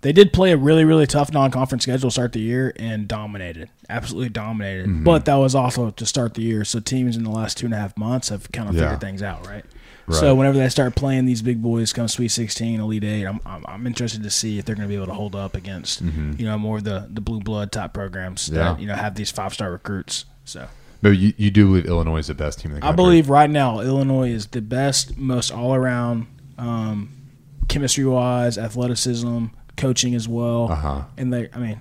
they did play a really really tough non-conference schedule to start the year and dominated, absolutely dominated. Mm-hmm. But that was also to start the year. So teams in the last two and a half months have kind of Yeah. figured things out, right? Right. So whenever they start playing these big boys, come Sweet Sixteen, Elite Eight, I'm I'm, I'm interested to see if they're going to be able to hold up against Mm-hmm. you know more of the the blue blood type programs Yeah. that you know have these five star recruits. So but you, you do believe Illinois is the best team in the I country. believe right now Illinois is the best, most all around, um, chemistry wise, athleticism, coaching as well. Uh-huh. And they, I mean,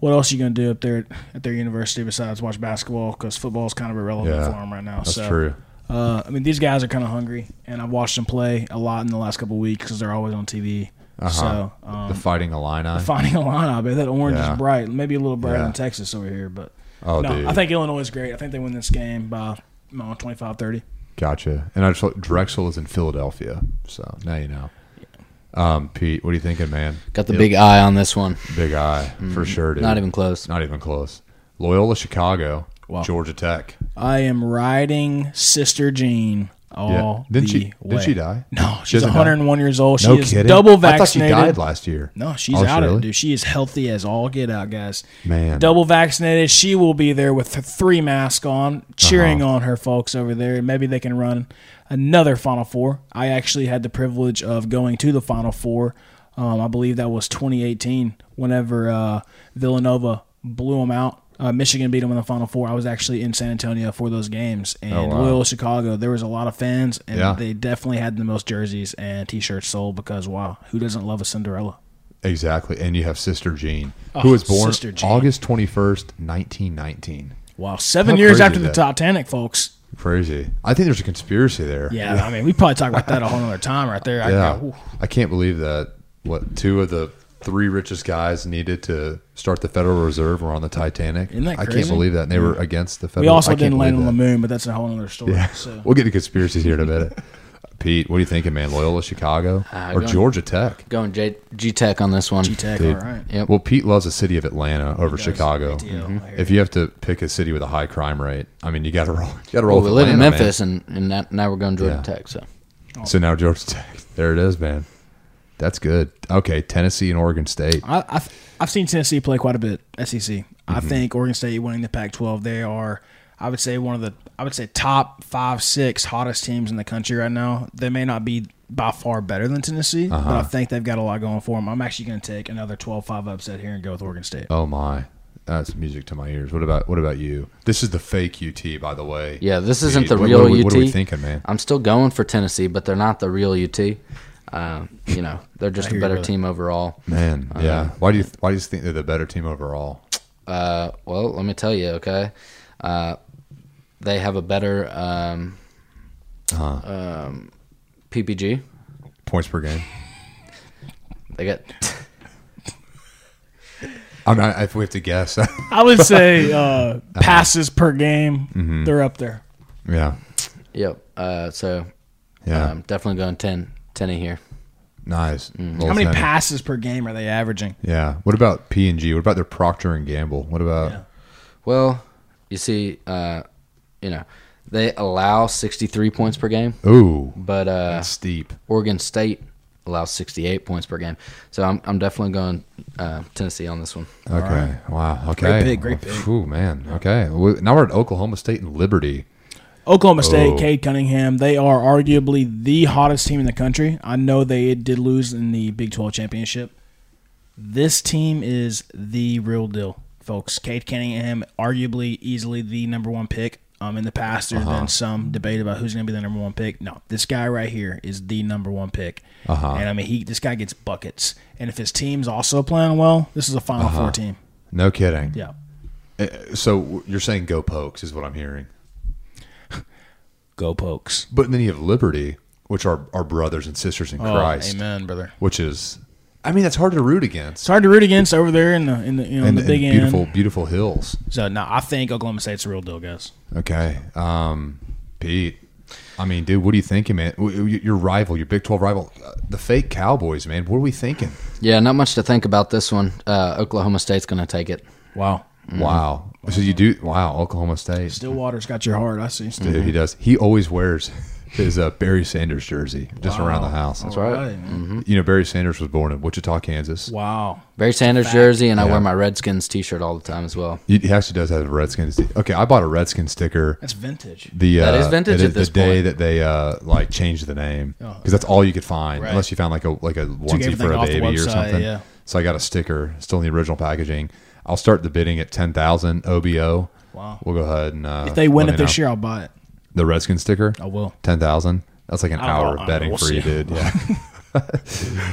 what else are you going to do up there at their university besides watch basketball? Because football is kind of irrelevant Yeah, for them right now. That's so, true. Uh, I mean, these guys are kind of hungry, and I've watched them play a lot in the last couple of weeks because they're always on TV. Uh-huh. So, um, the Fighting Illini. finding a lineup, man, that orange Yeah. is bright, maybe a little brighter Yeah. than Texas over here, but Oh, no, dude. I think Illinois is great. I think they win this game by you know, 25 30. gotcha. And I just thought Drexel is in Philadelphia, so now you know. Um, Pete, what are you thinking, man? Got the big eye on this one. Big eye Mm-hmm. for sure, dude. Not even close. Not even close. Loyola Chicago, Wow. Georgia Tech. I am riding Sister Jean all Didn't the she- didn't way. she die? No, She she's doesn't die? 101 years old. She no is kidding. double I vaccinated. thought she died last year. No, she's Oh, out of really? it, dude. She is healthy as all get out, guys. Man. Double vaccinated. She will be there with her three masks on, cheering Uh-huh. on her folks over there. Maybe they can run another Final Four. I actually had the privilege of going to the Final Four. Um, I believe that was 2018, whenever uh, Villanova blew them out. Uh, Michigan beat them in the Final Four. I was actually in San Antonio for those games, and Oh, wow. Loyola Chicago. There was a lot of fans, and Yeah. they definitely had the most jerseys and T-shirts sold because wow, who doesn't love a Cinderella? Exactly. And you have Sister Jean, Oh, who was born Sister Jean. August 21st, 1919. Wow, seven How years crazy after is the that? Titanic, folks. Crazy. I think there's a conspiracy there. Yeah, I mean, we probably talk about that a whole other time right there. I, Yeah. I- I can't believe that what two of the three richest guys needed to start the Federal Reserve were on the Titanic. Isn't that I can't crazy? Mm-hmm. believe that. And they were against the we Federal also I can't didn't land on believe the that. moon, but that's a whole other story. Yeah. So We'll get to conspiracies here in a minute. Pete, what are you thinking, man? Loyola Chicago Uh, Ah, or going- Georgia Tech? Going J- G Tech on this one. G Tech, all Dude. right. Yep. Well, Pete loves the city of Atlanta over does. Chicago. Mm-hmm. ATL, I hear If you have to pick a city with a high crime rate, I mean, you got to roll. You got to roll. Well, we with live in Atlanta, man. Memphis, and, and now- now we're going Georgia Yeah. Tech. So So now Georgia Tech. There it is, man. That's good. Okay, Tennessee and Oregon State. I, I've, I've seen Tennessee play quite a bit. SEC. I Mm-hmm. think Oregon State winning the Pac-12. They are, I would say, one of the I would say top five, six hottest teams in the country right now. They may not be by far better than Tennessee, Uh-huh. but I think they've got a lot going for them. I'm actually going to take another 12-5 upset here and go with Oregon State. Oh my, that's music to my ears. What about what about you? This is the fake UT, by the way. yeah, this isn't Pete, the what- real what, are we- UT. What are we thinking, man? I'm still going for Tennessee, but they're not the real UT. Uh, you know, they're just a hear you, better brother. team overall. Man, yeah. Why do you why do you think they're the better team overall? Uh, well, let me tell you, okay. Uh, they have a better um, Uh-huh. um, PPG. Points per game. They got I'm not, if we have to guess. I would say Uh-huh. uh, passes per game. Mm-hmm. They're up there. yeah, yep. Uh, so yeah. um, definitely going 10, 10 here. nice. Mm. Little How many center. passes per game are they averaging? Yeah. What about P and G? What about their Procter and Gamble? What about? Yeah. Well, you see, uh, you know, they allow sixty three points per game, Ooh, but uh, that's steep. Oregon State allows sixty eight points per game. So I'm I'm definitely going uh, Tennessee on this one. Okay. Wow. Okay. pick, great pick. Ooh, man. Okay. Well, now we're at Oklahoma State and Liberty. Oklahoma State, Oh. Cade Cunningham, they are arguably the hottest team in the country. I know they did lose in the Big 12 championship. This team is the real deal, folks. Cade Cunningham, arguably easily the number one pick. Um, in the past, there's Uh-huh. been some debate about who's going to be the number one pick. No, this guy right here is the number one pick, Uh-huh. and I mean he this guy gets buckets. And if his team's also playing well, this is a Final Uh-huh. Four team. No kidding. Yeah, Uh, So you're saying go Pokes is what I'm hearing. go Pokes. But then you have Liberty, which are our brothers and sisters in Oh, Christ, amen, brother. which is, I mean, that's hard to root against. It's hard to root against over there in the in the you know, And, the and big end. beautiful, beautiful hills. So no, I think Oklahoma State's a real deal, guys. Okay, um, Pete. I mean, dude, what are you thinking, man? W- w- Your rival, your Big Twelve rival, uh, the fake Cowboys, man. What are we thinking? Yeah, not much to think about this one. Uh, Oklahoma State's going to take it. Wow. Wow. So you do? Wow, Oklahoma State. Stillwater's got your heart. I see. Still. Dude, he does. He always wears his uh, Barry Sanders jersey just around the house. All right. man. You know, Barry Sanders was born in Wichita, Kansas. Wow. Barry Sanders jersey, and I wear my Redskins T-shirt all the time as well. He he actually does have a Redskins. Okay, I bought a Redskins sticker. That's vintage. The That uh, is vintage The, at this the day point. that they uh, like changed the name because that's all you could find Oh, Right. unless you found like a like a onesie everything for a off the baby or website, something. yeah. So I got a sticker still in the original packaging. I'll start the bidding at ten thousand OBO. Wow. We'll go ahead and uh, If they win let it me this know. year, I'll buy it. the Redskins sticker. I will. Ten thousand. That's like an I'll- hour I'll- of betting we'll for you, see. dude. Yeah.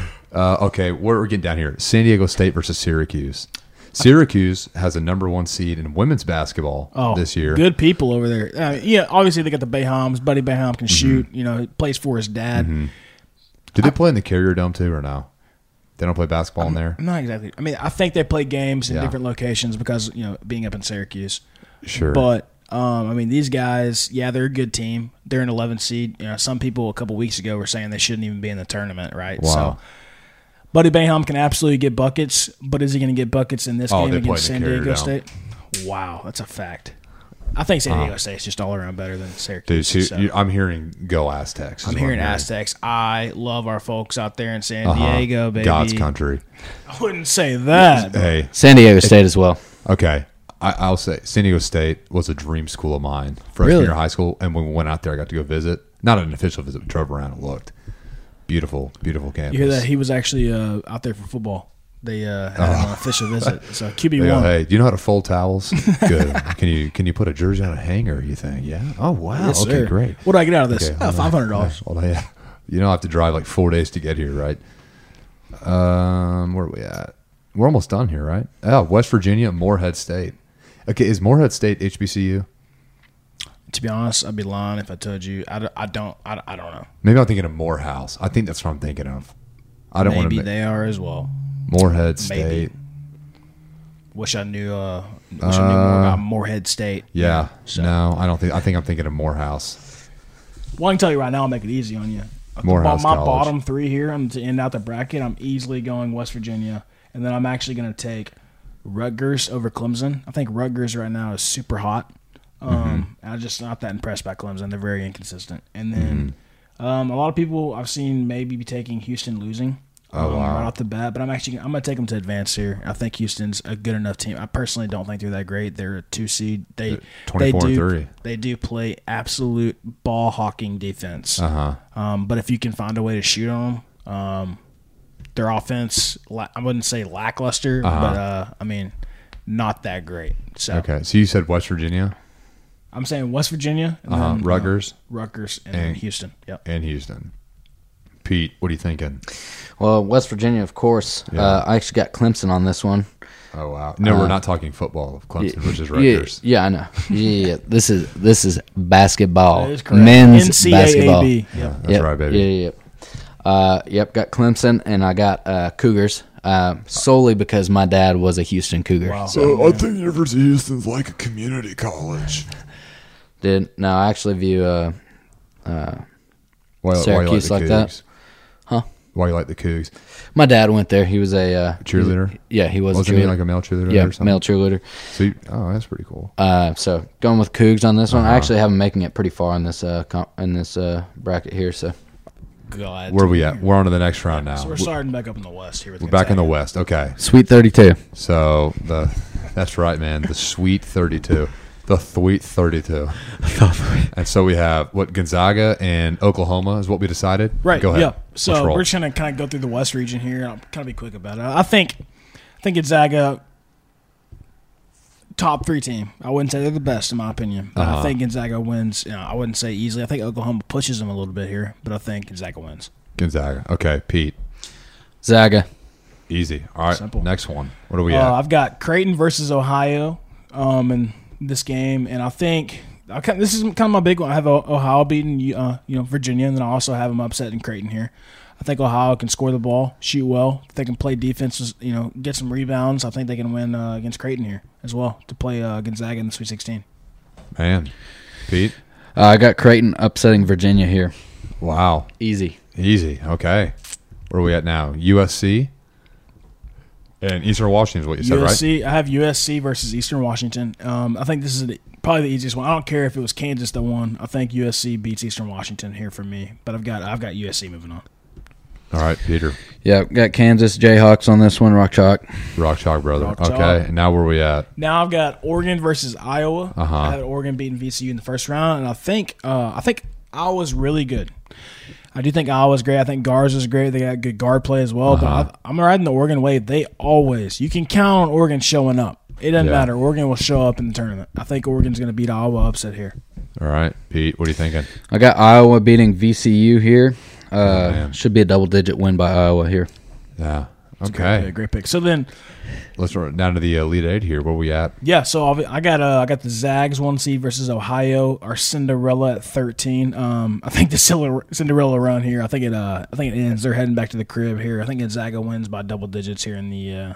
uh, okay, where we're getting down here: San Diego State versus Syracuse. Syracuse has a number one seed in women's basketball Oh, this year. good people over there. Uh, yeah, obviously they got the Bayhams. Buddy Bayham Mm-hmm. can shoot. You know, he plays for his dad. Do they play in the Carrier Dome too, or no? They don't play basketball in there. I'm not exactly. I mean, I think they play games in Yeah. different locations because you know being up in Syracuse. Sure, But um, I mean, these guys, yeah, they're a good team. They're an 11 seed. You know, some people a couple weeks ago were saying they shouldn't even be in the tournament, right? Wow. So, Buddy Bayham can absolutely get buckets, but is he going to get buckets in this Oh, game they against played San in the Diego carrier State? Wow, that's a fact. I think San Diego State's just all around better than Uh-huh. dude. Syracuse. so so. you- I'm hearing go Aztecs. is I'm what hearing Aztecs. I love our folks out there in San Diego, Uh-huh. baby. God's country. I wouldn't say that. Hey, San Diego State as well. okay. I, I'll say San Diego State was a dream school of mine. Freshman Really? year of high school, and when we went out there, I got to go visit. Not an official visit, but drove around and looked. Beautiful, beautiful campus. You hear that? He was actually uh, out there for football. They uh, had an official visit. So Ah. QB They go, one. hey, do you know how to fold towels? Good. can you can you put a jersey on a hanger? You think? Yeah. Oh wow. Yes, okay, sir. great. What do I get out of this? Okay, oh, hold on. five hundred dollars. Hold on, yeah. You don't have to drive like four days to get here, right? Um, where are we at? We're almost done here, right? Oh, West Virginia, Moorhead State. Okay, is Moorhead State HBCU? To be honest, I'd be lying if I told you. I, d- I don't. I, d- I don't know. Maybe I'm thinking of Morehouse. I think that's what I'm thinking of. I don't want Maybe to they are as well. Moorhead State. Wish I knew. Uh, wish I knew more about Moorhead State. Yeah. So- No, I don't think. I think I'm thinking of Morehouse. Well, I can tell you right now. I'll make it easy on you. Morehouse my College. bottom three here. I'm to end out the bracket. I'm easily going West Virginia, and then I'm actually going to take Rutgers over Clemson. I think Rutgers right now is super hot. Mm-hmm. Um, I'm just not that impressed by Clemson. They're very inconsistent. And Mm-hmm. then um, a lot of people I've seen maybe be taking Houston losing. Oh, um, Right off the bat, but I'm actually I'm gonna take them to advance here. I think Houston's a good enough team. I personally don't think they're that great. They're a two seed. They they 24 and do three. they do play absolute ball hawking defense. Uh huh. Um, but if you can find a way to shoot on them, um, their offense, la- I wouldn't say lackluster, but uh, I mean, not that great. So Uh-huh. Okay. So you said West Virginia, I'm saying West Virginia, and uh, then, Rutgers, Rutgers, and, then and- Houston. Yep. and Houston. Pete, what are you thinking? Well, West Virginia, of course. Uh, I actually got Clemson on this one. Oh wow! No, Uh, we're not talking football of Clemson versus Yeah, Rutgers. yeah, I know. Yeah, yeah, yeah. this is this is basketball, That is correct. men's NCAAB. basketball. Yep. That's right, baby. Yeah, yeah, yeah. Uh, yep, got Clemson and I got uh, Cougars uh, solely because my dad was a Houston Cougar. Wow. So, So Uh, I think University of Houston's like a community college. did no, I actually view. Uh, Why, Syracuse like that? Huh? Why you like the Cougs? my dad went there. He was a uh, Cheerleader? Yeah, he was. Wasn't a he cheerleader. like a male cheerleader yeah or something? male cheerleader? So you- oh, that's pretty cool. Uh, so going with Cougs on this one. Uh-huh. I actually have them making it pretty far in this uh comp- in this uh bracket here. So God. Where are we at? We're on to the next round now. so we're We're, starting back up in the West here. With we're back in the West. Okay, sweet thirty-two. so the that's right, man. The Sweet Thirty Two, the Sweet Thirty Two, and so we have what Gonzaga and Oklahoma is what we decided. Right. Go ahead. Yeah. Let's So roll. we're just gonna kind of go through the West region here. and I'll kind of be quick about it. I think, I think Gonzaga, top three team. I wouldn't say they're the best in my opinion. But Uh-huh. I think Gonzaga wins. You know, I wouldn't say easily. I think Oklahoma pushes them a little bit here, but I think Gonzaga wins. Gonzaga. Okay, Pete. Zaga. Easy. All right. Simple. Next one. What do we Uh, have? I've got Creighton versus Ohio um, in this game, and I think I kind this is kind of my big one. I have O- Ohio beating uh, you know Virginia, and then I also have them upset in Creighton here. I think Ohio can score the ball, shoot well. If they can play defense, you know, get some rebounds, I think they can win uh, against Creighton here as well to play uh, Gonzaga in the Sweet 16. Man, Pete. Uh, I got Creighton upsetting Virginia here. Wow, Easy. easy. Okay, where are we at now? USC and Eastern Washington is what you said, right? USC. I have USC versus Eastern Washington. Um, I think this is the- probably the easiest one. I don't care if it was Kansas that won. I think USC beats Eastern Washington here for me. But I've got I've got USC moving on. All right, Peter. Yeah, got Kansas Jayhawks on this one. Rock chalk. Rock Chalk, brother. Rock okay, Chalk. and now where are we at? Now I've got Oregon versus Iowa. Uh-huh. I had Oregon beating VCU in the first round, and I think uh, I think Iowa's really good. I do think Iowa's great. I think Garza's great. They got good guard play as well. Uh-huh. But I, I'm riding the Oregon wave. They always you can count on Oregon showing up. It doesn't Yeah. matter. Oregon will show up in the tournament. I think Oregon's going to beat Iowa upset here. All right, Pete. What are you thinking? I got Iowa beating VCU here. Uh, Oh, man. should be a double digit win by Iowa here. Yeah. Great, Okay. pick, great pick. So then, Let's run down to the Elite Eight here. Where are we at? yeah. So I'll be- I got uh, I got the Zags one seed versus Ohio. Our Cinderella at thirteen. Um, I think the Cilla- Cinderella run here. I think it. Uh, I think it ends. They're heading back to the crib here. I think Gonzaga wins by double digits here in the uh,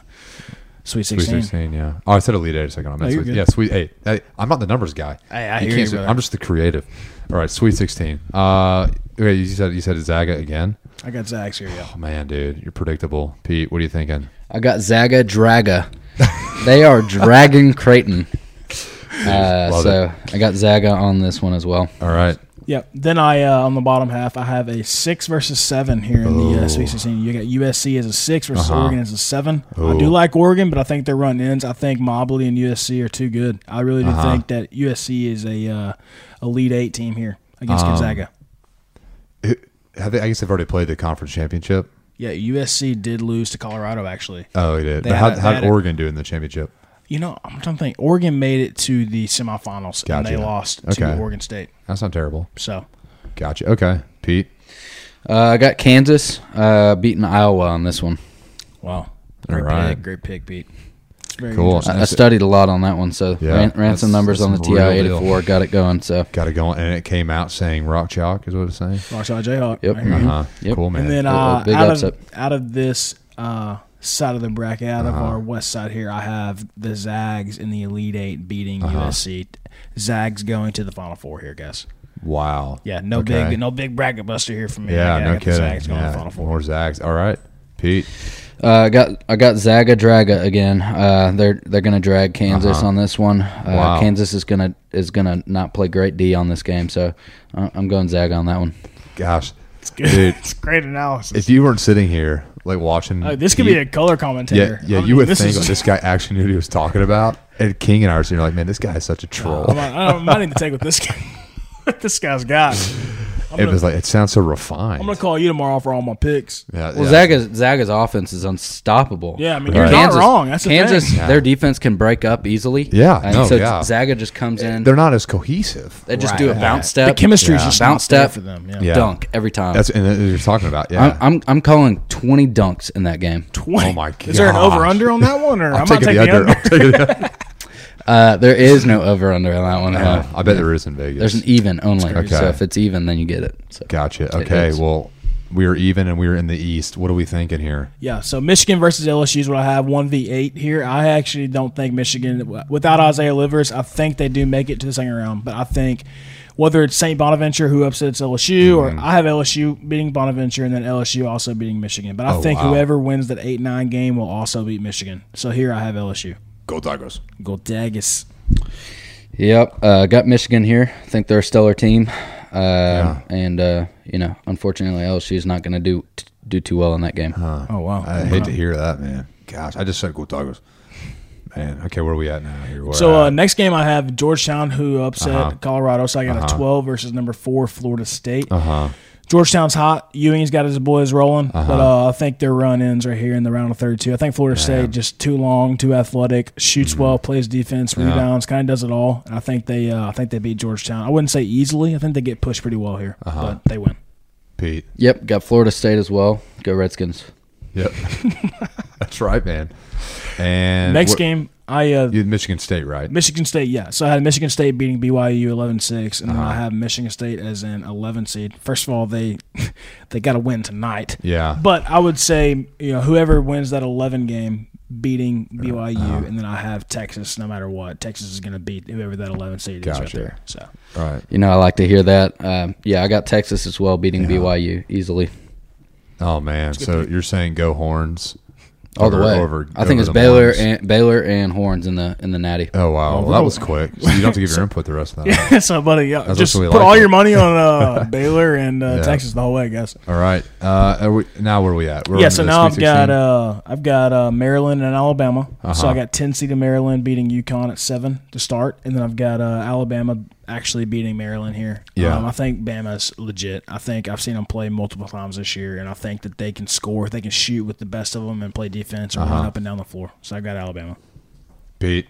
Sweet Sweet Sixteen. 16, yeah. Oh, I said Elite Eight a second. I meant you're Sweet. good. Yeah, Sweet Eight. Hey, I'm not the numbers guy. I- I You hear can't you, say- brother. I'm just the creative. All right, Sweet 16. Uh, okay, you said you said Zaga again. I got Zags here. Yeah. Oh man, dude, you're predictable. Pete, what are you thinking? I got Zaga Draga. they are dragging Creighton. Uh, Love so I got Zaga on this one as well. All right, Yep. Then I uh, on the bottom half I have a six versus seven here in Oh. the uh, Sweet Sixteen. You got USC as a six versus Uh-huh. Oregon as a seven. I Ooh. do like Oregon, but I think their run ends. I think Mobley and USC are too good. I really do Uh-huh. think that USC is a uh, elite eight team here against Um. Gonzaga. Who- have they, I guess they've already played the conference championship. Yeah, USC did lose to Colorado actually. Oh, they did. They But how, had- how they did had a- Oregon do in the championship? You know, I'm trying to think. Oregon made it to the semifinals and they Gotcha. lost Okay. to Oregon State. That's not terrible. So Gotcha. Okay, Pete. Uh, I got Kansas uh, beating Iowa on this one. wow, All great right. pick, great pick, Pete. It's very Cool. interesting. I, I That's- studied a lot on that one, so Yeah, ran, ran that's- some numbers that's on the some real TI deal. eighty four. Got it going. So Got to go, on. and it came out saying Rock Chalk is what it's saying. Rock Solid Jayhawk. Yep. I hear you. Uh huh. Yep. Cool man. Mm-hmm. And then a- a uh, big out upset. of out of this uh, side of the bracket, out Uh-huh. of our west side here, I have the Zags in the Elite Eight beating Uh-huh. USC. Zags going to the Final Four here, guys. wow. Yeah, no Okay. big no big bracket buster here for me. Yeah, I got no the kidding. Zags going to yeah. the Final Four. More Zags. All right, Pete. uh, I got I got Zaga Draga again. Uh, they're they're gonna drag Kansas on this one. Uh, Wow. Kansas is gonna is gonna not play great D on this game, so I- I'm going Zaga on that one. Gosh, dude, It's great analysis. if you weren't sitting here like watching, Uh, this could Pete- be a color commentator. yeah, yeah, I you mean, would this think is- like, this guy actually knew what he was talking about. And King and I are sitting here like, man, this guy is such a troll. I'm, like, I don't- I might need to take what this guy, what this guy's got. I'm it gonna, was like it sounds so refined. I'm gonna call you tomorrow for all my picks. yeah, Well, yeah. Zaga's Zaga's offense is unstoppable. Yeah, I mean, And you're not wrong. That's the Kansas, thing. Yeah. their defense can break up easily. Yeah, and no, so yeah. Zaga just comes in. they're not as cohesive. they just do a Right. bounce step. The chemistry's Yeah. just bounce not there step for them. Yeah. Yeah. dunk every time. That's and that- you're talking about. Yeah, I'm, I'm I'm calling 20 dunks in that game. 20. Oh my Is there an gosh. over under on that one? Or I'm, I'm not taking the taking under. under. I'm taking the under. Uh, there is no over under on that one. at all. Yeah, I bet there is in Vegas. There's an E- even only. crazy. So Okay. if it's even, then you get it. So. gotcha. Okay, is. well, we are even and we are in the East. What are we thinking here? Yeah, so Michigan versus LSU is what I have one v eight here. I actually don't think Michigan without Isaiah Livers, I think they do make it to the second round. But I think whether it's St. Bonaventure who upsets LSU, Mm-hmm. or I have LSU beating Bonaventure and then LSU also beating Michigan. But I Oh, think wow. whoever wins that eight nine game will also beat Michigan. So here I have LSU. Go Tigers. Go Daggers. Yep. Uh, got Michigan here. I think they're a stellar team. Uh, And, uh, you know, unfortunately, LSU is not going to do t- do too well in that game. Uh-huh. Oh wow. I hate to hear that, man. Gosh, I just said Go Tigers. Man, okay, where are we at now? Here we're So uh, at- next game I have Georgetown who upset Colorado. So I got a twelve versus number four Florida State. Uh-huh. Georgetown's hot. Ewing's got his boys rolling, but Uh-huh. uh, I think their run ends right here in the round of 32. I think Florida State just too long, too athletic, shoots Mm-hmm. well, plays defense, rebounds, kind of does it all. And I think they, uh, I think they beat Georgetown. I wouldn't say easily. I think they get pushed pretty well here, Uh-huh. but they win. Pete. Yep. Got Florida State as well. Go Redskins. Yep. That's right, man. And Next what- game, I uh, You had Michigan State, right? Michigan State, yeah. So I had Michigan State beating BYU 11-6, and then Uh-huh. I have Michigan State as an 11 seed. First of all, they they got to win tonight. Yeah. But I would say, you know, whoever wins that 11 game beating Uh, BYU, uh-huh. and then I have Texas no matter what. Texas is going to beat whoever that 11 seed is right Gotcha. there. So All right. You know, I like to hear that. Um, yeah, I got Texas as well, beating BYU easily Oh man. So you're saying go horns all the over- way. over- I think over it's the Baylor Horns. and Baylor and Horns in the in the Natty. Oh wow, well, that was quick. So you don't have to give your input the rest of that. so, buddy, yeah, That's just what we put like all it. your money on uh, Baylor and uh, Yeah. Texas the whole way, I guess. All right. Uh, are we, now where are we at? We're yeah, on so the now I've Sweet got 16? uh, I've got uh, Maryland and Alabama. So Uh-huh. I got ten seed of Maryland beating UConn at seven to start, and then I've got uh, Alabama actually beating Maryland here. Yeah. um, I think Bama's legit. I think I've seen them play multiple times this year, and I think that they can score, they can shoot with the best of them, and play defense or Uh-huh. run up and down the floor. So I got Alabama. Pete.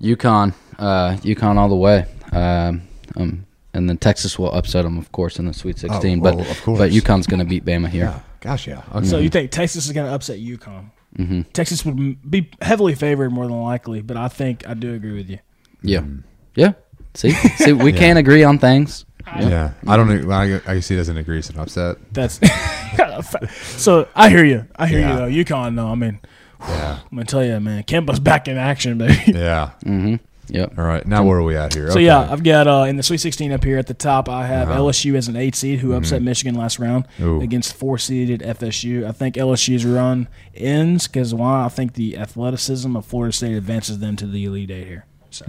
UConn, uh, UConn all the way. Um, um, and then Texas will upset them, of course, in the Sweet Sixteen. Oh, well, but of course. but UConn's going to beat Bama here. Gosh, yeah. So you think Texas is going to upset UConn? Mm-hmm. Texas would m- be heavily favored more than likely, but I think I do agree with you. Mm-hmm. Yeah, yeah. See, see, we can't agree on things. yeah. I don't. e, I, I guess he doesn't agree. It's an upset. That's so. I hear you. I hear Yeah. you though. UConn, though. I mean, Yeah. I'm gonna tell you, man. Kemba's back in action, baby. Yeah. Mm. Mm-hmm. Yep. All right. Now where are we at here? So yeah, I've got uh, in the Sweet 16 up here at the top. I have LSU as an eight seed who upset Michigan last round Uh-huh. Mm-hmm. Ooh. against four seeded FSU. I think LSU's run ends because why? I think the athleticism of Florida State advances them to the elite eight here. So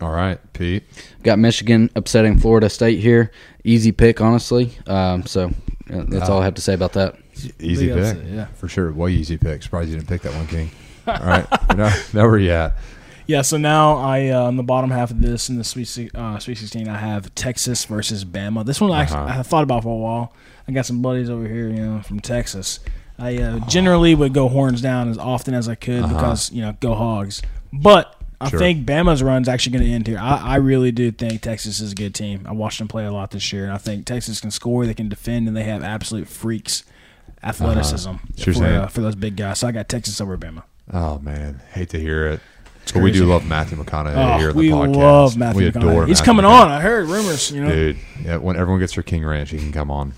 All right, Pete. Got Michigan upsetting Florida State here. Easy pick, honestly. Um, so uh, that's all I have to say about that. Easy Big pick. upset, yeah. For sure. Way easy pick. Surprised you didn't pick that one, King. All right. now, now where are you at? yeah, so now I uh, on the bottom half of this in the Sweet Si- uh, Sweet 16, I have Texas versus Bama. This one I actually Uh-huh. I thought about for a while. I got some buddies over here, you know, from Texas. I uh, generally would go horns down as often as I could because you know go Hogs, but I Uh-huh. Sure. think Bama's run's actually going to end here. I, I really do think Texas is a good team. I watched them play a lot this year, and I think Texas can score, they can defend, and they have absolute freaks athleticism Uh-huh. Sure for, thing. uh, for those big guys. So I got Texas over Bama. Oh man, hate to hear it. But we do love Matthew McConaughey Oh, here on the we podcast. love Matthew We McConaughey. adore. He's Matthew coming McConaughey. on. I heard rumors. You know, dude. Yeah, when everyone gets their King Ranch, he can come on.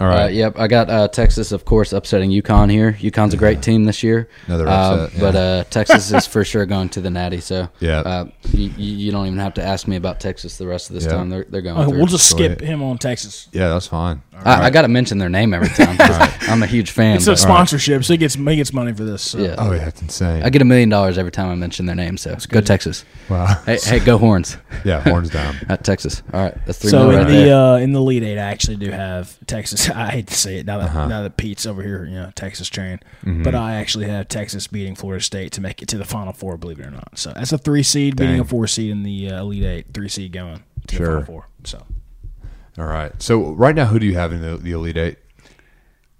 All Uh, right. yep, I got uh, Texas, of course, upsetting UConn here. UConn's a great team this year. Another Uh, upset, But yeah. uh, Texas is for sure going to the Natty. So Yeah. uh, you, you you don't even have to ask me about Texas the rest of this Yeah. time. They're, they're going. uh, through. we'll just Go skip ahead. him on Texas. Yeah, that's fine. I, I got to mention their name every time. 'cause I'm a huge fan. It's a but- sponsorship, so he gets he gets money for this. So. yeah. Oh, yeah, it's insane. I get a million dollars every time I mention their name. So go Texas. wow. Hey, hey, go Horns Yeah, horns down. at Texas. All right, that's three. So more in right the there. uh, in the lead eight, I actually do have Texas. I hate to say it now that Uh-huh. now that Pete's over here, you know, Texas train, Mm-hmm. but I actually have Texas beating Florida State to make it to the Final Four. Believe it or not, so that's a three seed beating a Dang. four seed in the uh, elite eight, three seed going to the Sure. Final Four. So All right. So right now, who do you have in the, the elite eight?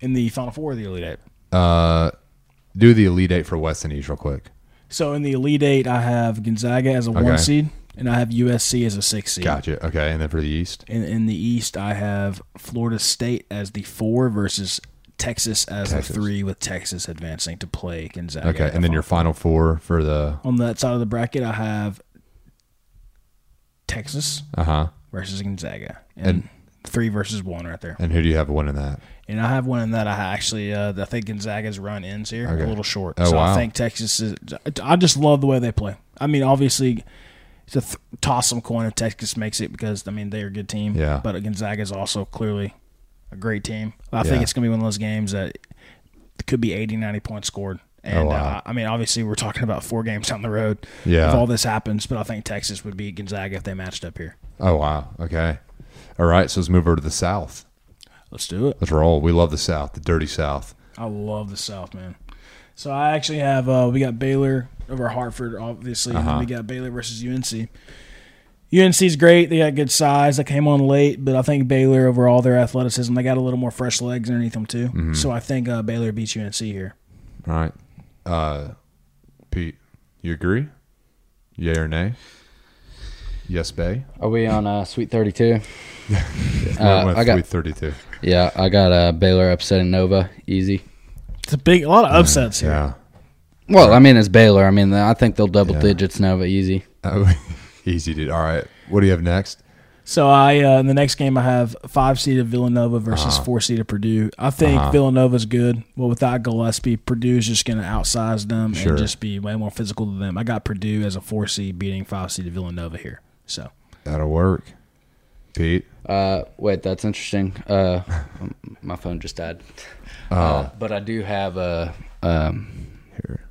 in the Final Four, or the elite eight. Uh, do the elite eight for West and East real quick. So in the elite eight, I have Gonzaga as a Okay. one seed, and I have USC as a six seed. Gotcha. Okay, and then for the East, In, in the East, I have Florida State as the four versus Texas as the Texas. three, with Texas advancing to play Gonzaga. okay, and then your final four for the on that side of the bracket, I have Texas uh huh. versus Gonzaga, and, And- three versus one right there. And who do you have winning that? And I have one in that I actually uh, I think Gonzaga's run ends here Okay. a little short. Oh, so wow. I think Texas is. I just love the way they play. I mean, obviously, to th- toss some coin if Texas makes it because I mean they're a good team. Yeah. But Gonzaga's also clearly a great team. I Yeah. think it's gonna be one of those games that could be 80, 90 points scored. Oh, And wow. uh, I mean, obviously, we're talking about four games down the road. Yeah. If all this happens, but I think Texas would beat Gonzaga if they matched up here. Oh wow. Okay. All right. So let's move over to the South. Let's do it. Let's roll. We love the South, the dirty South. I love the South, man. So I actually have uh, we got Baylor over Hartford, obviously, and then we got Baylor versus UNC. UNC's great. They got good size. They came on late, but I think Baylor over all their athleticism, they got a little more fresh legs underneath them too. So I think uh, Baylor beats UNC here. All right. Uh, Pete, you agree? Yay or nay? Yes, Bay. Are we on uh, Sweet Thirty Two? We're Uh, I got- thirty-two. Yeah, I got uh, Baylor upsetting Nova. Easy. It's a big, a lot of upsets here. Yeah. Well, I mean, it's Baylor. I mean, I think they'll double Yeah. digits now, but easy. Oh, easy, dude. All right. What do you have next? So I uh, in the next game I have five seeded Villanova versus four seeded Purdue. I think Villanova's good. Well, without Gillespie, Purdue's just going to outsize them Sure. and just be way more physical to them. I got Purdue as a four seed beating five seeded Villanova here. So That'll work. Pete. Uh, wait, that's interesting. Uh, m- my phone just died. Uh, but I do have uh, um, Oh. Here.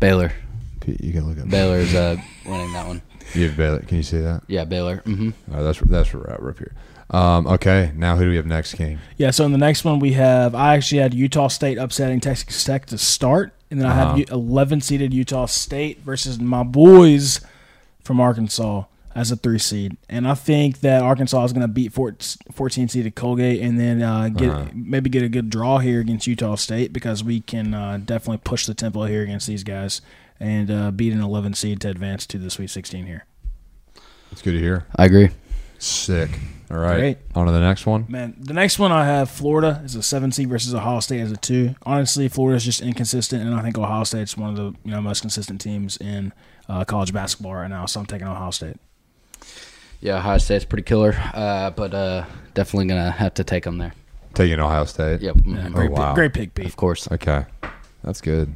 Baylor. Pete, you can look up. Baylor's uh, winning that one. You have Baylor. Can you see that? Yeah, Baylor. hmm All right, that's that's where we're at. We're up here. Um, okay. Now who do we have next game? yeah, so in the next one we have I actually had Utah State upsetting Texas Tech to start, and then I have eleven seeded Utah State versus my boys from Arkansas as a three seed, and I think that Arkansas is going to beat four- 14 seeded Colgate, and then uh, get maybe get a good draw here against Utah State because we can uh, definitely push the tempo here against these guys and uh, beat an 11 seed to advance to the Sweet 16 here. It's good to hear. I agree. Sick. All right. Great. On to the next one. Man, the next one I have Florida is a seven seed versus Ohio State as a two. Honestly, Florida's just inconsistent, and I think Ohio State's one of the you know most consistent teams in uh, college basketball right now. So I'm taking Ohio State. Yeah, Ohio State's pretty killer, uh, but uh, definitely gonna have to take them there. Taking Ohio State. Yep. mhm. Oh, Great, wow. pick, great pick, Pete. Of course. Okay. That's good.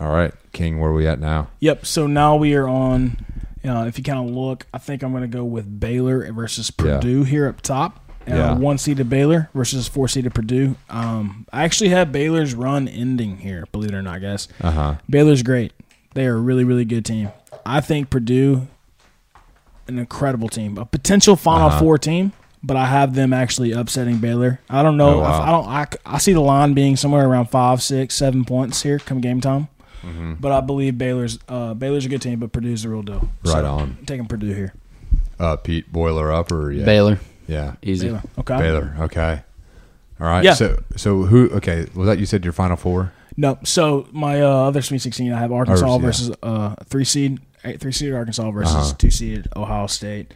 All right. King, where are we at now? Yep. So now we are on. Uh, if you kind of look, I think I'm going to go with Baylor versus Yeah. Purdue here up top. Uh, Yeah. One seeded Baylor versus four seeded Purdue. Um, I actually have Baylor's run ending here. Believe it or not, guys. Uh huh. Baylor's great. They are a really, really good team. I think Purdue, an incredible team, a potential Final Uh-huh. Four team, but I have them actually upsetting Baylor. I don't know. Oh, wow. I, I don't. I, c- I see the line being somewhere around five, six, seven points here come game time. Mm-hmm. But I believe Baylor's uh, Baylor's a good team, but Purdue's the real deal. Right on. Taking Purdue here. Uh, Pete, boiler up or yeah? Baylor, Yeah. easy. Baylor. Okay. Baylor. Okay. All right. Yeah. So so who? Okay. Was that you said your final four? No. So my uh, other Sweet 16, I have Arkansas Ours, yeah. versus uh, three seed, eight, three seed Arkansas versus Uh-huh. two seeded Ohio State.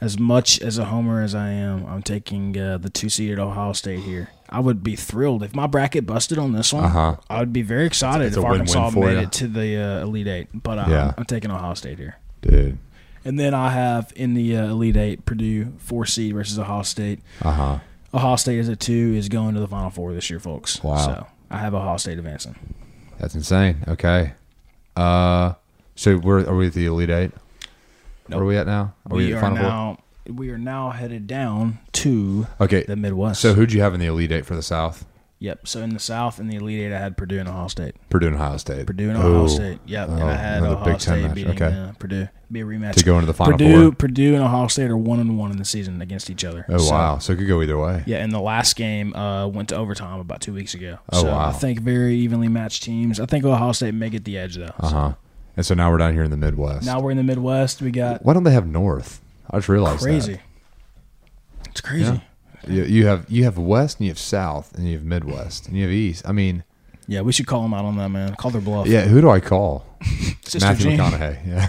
As much as a homer as I am, I'm taking uh, the two seeded Ohio State here. I would be thrilled if my bracket busted on this one. Uh-huh. I would be very excited it's a if Arkansas win-win for made ya. it to the uh, Elite Eight. But uh, Yeah. I'm, I'm taking Ohio State here. Dude. And then I have in the uh, Elite Eight Purdue four seed versus Ohio State. Uh huh. Ohio State is a two is going to the Final Four this year, folks. Wow. So I have Ohio State advancing. That's insane. Okay. Uh, so where are we at the elite eight? Where are we at now? Are we at are Final Four? now we are now headed down to Okay. the Midwest. So who'd you have in the elite eight for the South? yep. So in the South, in the Elite Eight, I had Purdue and Ohio State. Purdue and Ohio State. Purdue and Ohio Oh. State. Yep. and Oh, I had another Ohio Big Ten State match. beating Okay. uh, Purdue. Be a rematch To go into the Final Purdue, Four. Purdue and Ohio State are one and one in the season against each other. Oh So, wow. So it could go either way. Yeah, and the last game uh, went to overtime about two weeks ago. Oh, so wow. I think very evenly matched teams. I think Ohio State may get the edge though. Uh huh. And so now we're down here in the Midwest. Now we're in the Midwest. We got Why don't they have North? I just realized crazy. It's crazy. Yeah. that. You, you have you have West and you have South and you have Midwest and you have East. I mean, Yeah, we should call them out on that, man. Call their bluff. yeah. Who do I call? Sister Matthew Jean. McConaughey. Yeah.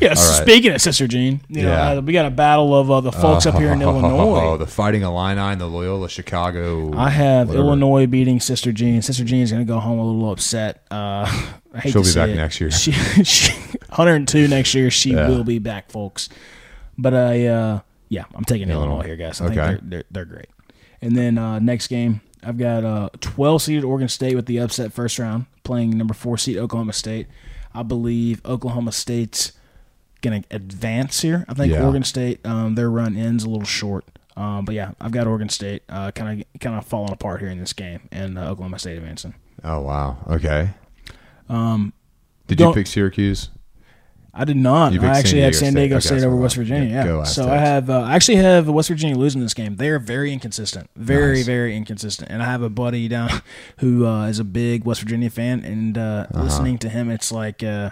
Yeah, so right. speaking of Sister Jean, you know, Yeah. uh, we got a battle of uh, the folks up here in Oh, Illinois. the Fighting Illini and the Loyola Chicago. I have whatever. Illinois beating Sister Jean. Sister Jean's going to go home a little upset. Uh, I hate She'll to be say back it. next year. She, she, 102 next year. She will be back, folks. But I, uh, yeah, I'm taking Illinois, here, guys. I Okay. think they're, they're, they're great. And then uh, next game, I've got uh, 12 seeded Oregon State with the upset first round, playing number four seed Oklahoma State. I believe Oklahoma State's going to advance here. I think Yeah. Oregon State, um, their run ends a little short. Um, but yeah, I've got Oregon State uh, kind of kind of falling apart here in this game, and uh, Oklahoma State advancing. Oh wow. Okay. Um. Did you Um, don't- pick Syracuse? I did not. You I picked San actually had Diego San State. Diego Okay, State, that's over what I West thought. Virginia. Yeah, Yeah. go so I Aztecs. have uh, I actually have West Virginia losing this game. They are very inconsistent, very very inconsistent. And I have a buddy down who uh, is a big West Virginia fan, and uh, Uh-huh. listening to him, it's like uh,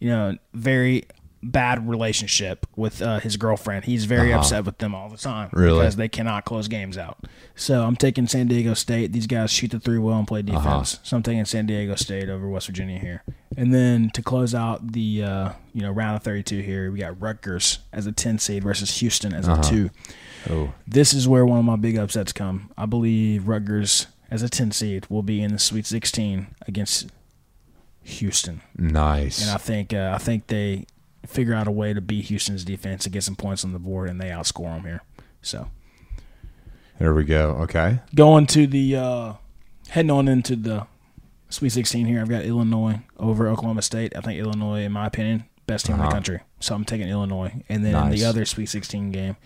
you know very bad relationship with uh, his girlfriend. He's very upset with them all the time Uh-huh. Really? because they cannot close games out. So I'm taking San Diego State. These guys shoot the three well and play defense. So I'm taking San Diego State over West Virginia here. And then to close out the uh, you know round of 32 here, we got Rutgers as a 10 seed versus Houston as a two. Oh. This is where one of my big upsets come. I believe Rutgers as a 10 seed will be in the Sweet 16 against Houston, Nice. and I think uh, I think they figure out a way to beat Houston's defense and get some points on the board, and they outscore them here. So there we go. Okay. going to the uh, heading on into the Sweet 16 here. I've got Illinois over Oklahoma State. I think Illinois, in my opinion, best team in Uh-huh. the country. So I'm taking Illinois. And then in Nice. the other Sweet 16 game,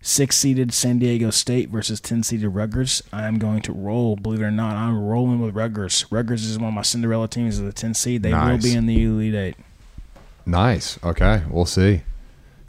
six seeded San Diego State versus 10 seeded Rutgers. I'm going to roll. Believe it or not, I'm rolling with Rutgers. Rutgers is one of my Cinderella teams of the 10 seed. They Nice. will be in the Elite Eight. Nice. Okay. We'll see.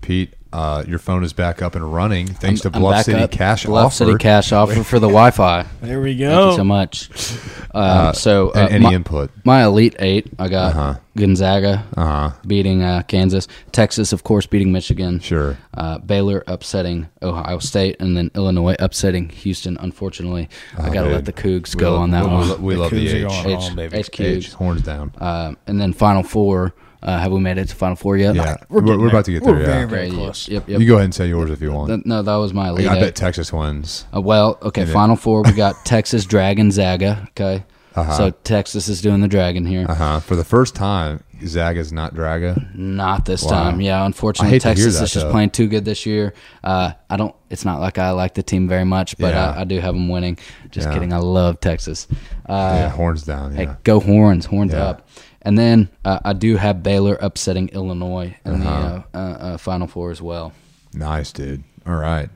Pete, uh, your phone is back up and running thanks I'm- to I'm Bluff back City up. Cash Bluff Offer. City Cash Offer for the Wi-Fi. There we Thank you so go. much. Uh, so uh, and any my, input. my Elite Eight, I got Uh-huh. Gonzaga Uh huh. beating uh, Kansas, Texas, of course, beating Michigan. Sure. Uh, Baylor upsetting Ohio State, and then Illinois upsetting Houston. Unfortunately, I Oh, gotta dude. let the Cougs go love- on that we, one. lo- We, love Cougs the are H. going H, on, baby. H H. Cougs. Horns down. Uh, and then Final Four. Uh, have we made it to Final Four yet? yeah. We're, we're, about to get there. We're yeah. very, very Okay, close. Yep, yep. You go ahead and say yours if you want. Th- no, that was my Like, Elite I Eight. bet Texas wins. Uh, well, okay, then- Final Four. We got Texas Dragon Zaga. Okay, Uh-huh. so Texas is doing the Dragon here. Uh huh. For the first time, Zaga's not Draga. Not this Wow. time. Yeah, I unfortunately, hate to hear Texas that, is just though. playing too good this year. Uh, I don't. It's not like I like the team very much, but Yeah. I, I do have them winning. Just Yeah. kidding. I love Texas. Yeah, Uh, horns down. Yeah. Hey, go horns, horns Yeah. up. And then uh, I do have Baylor upsetting Illinois in Uh-huh. the uh, uh, uh, Final Four as well. Nice, dude. All right.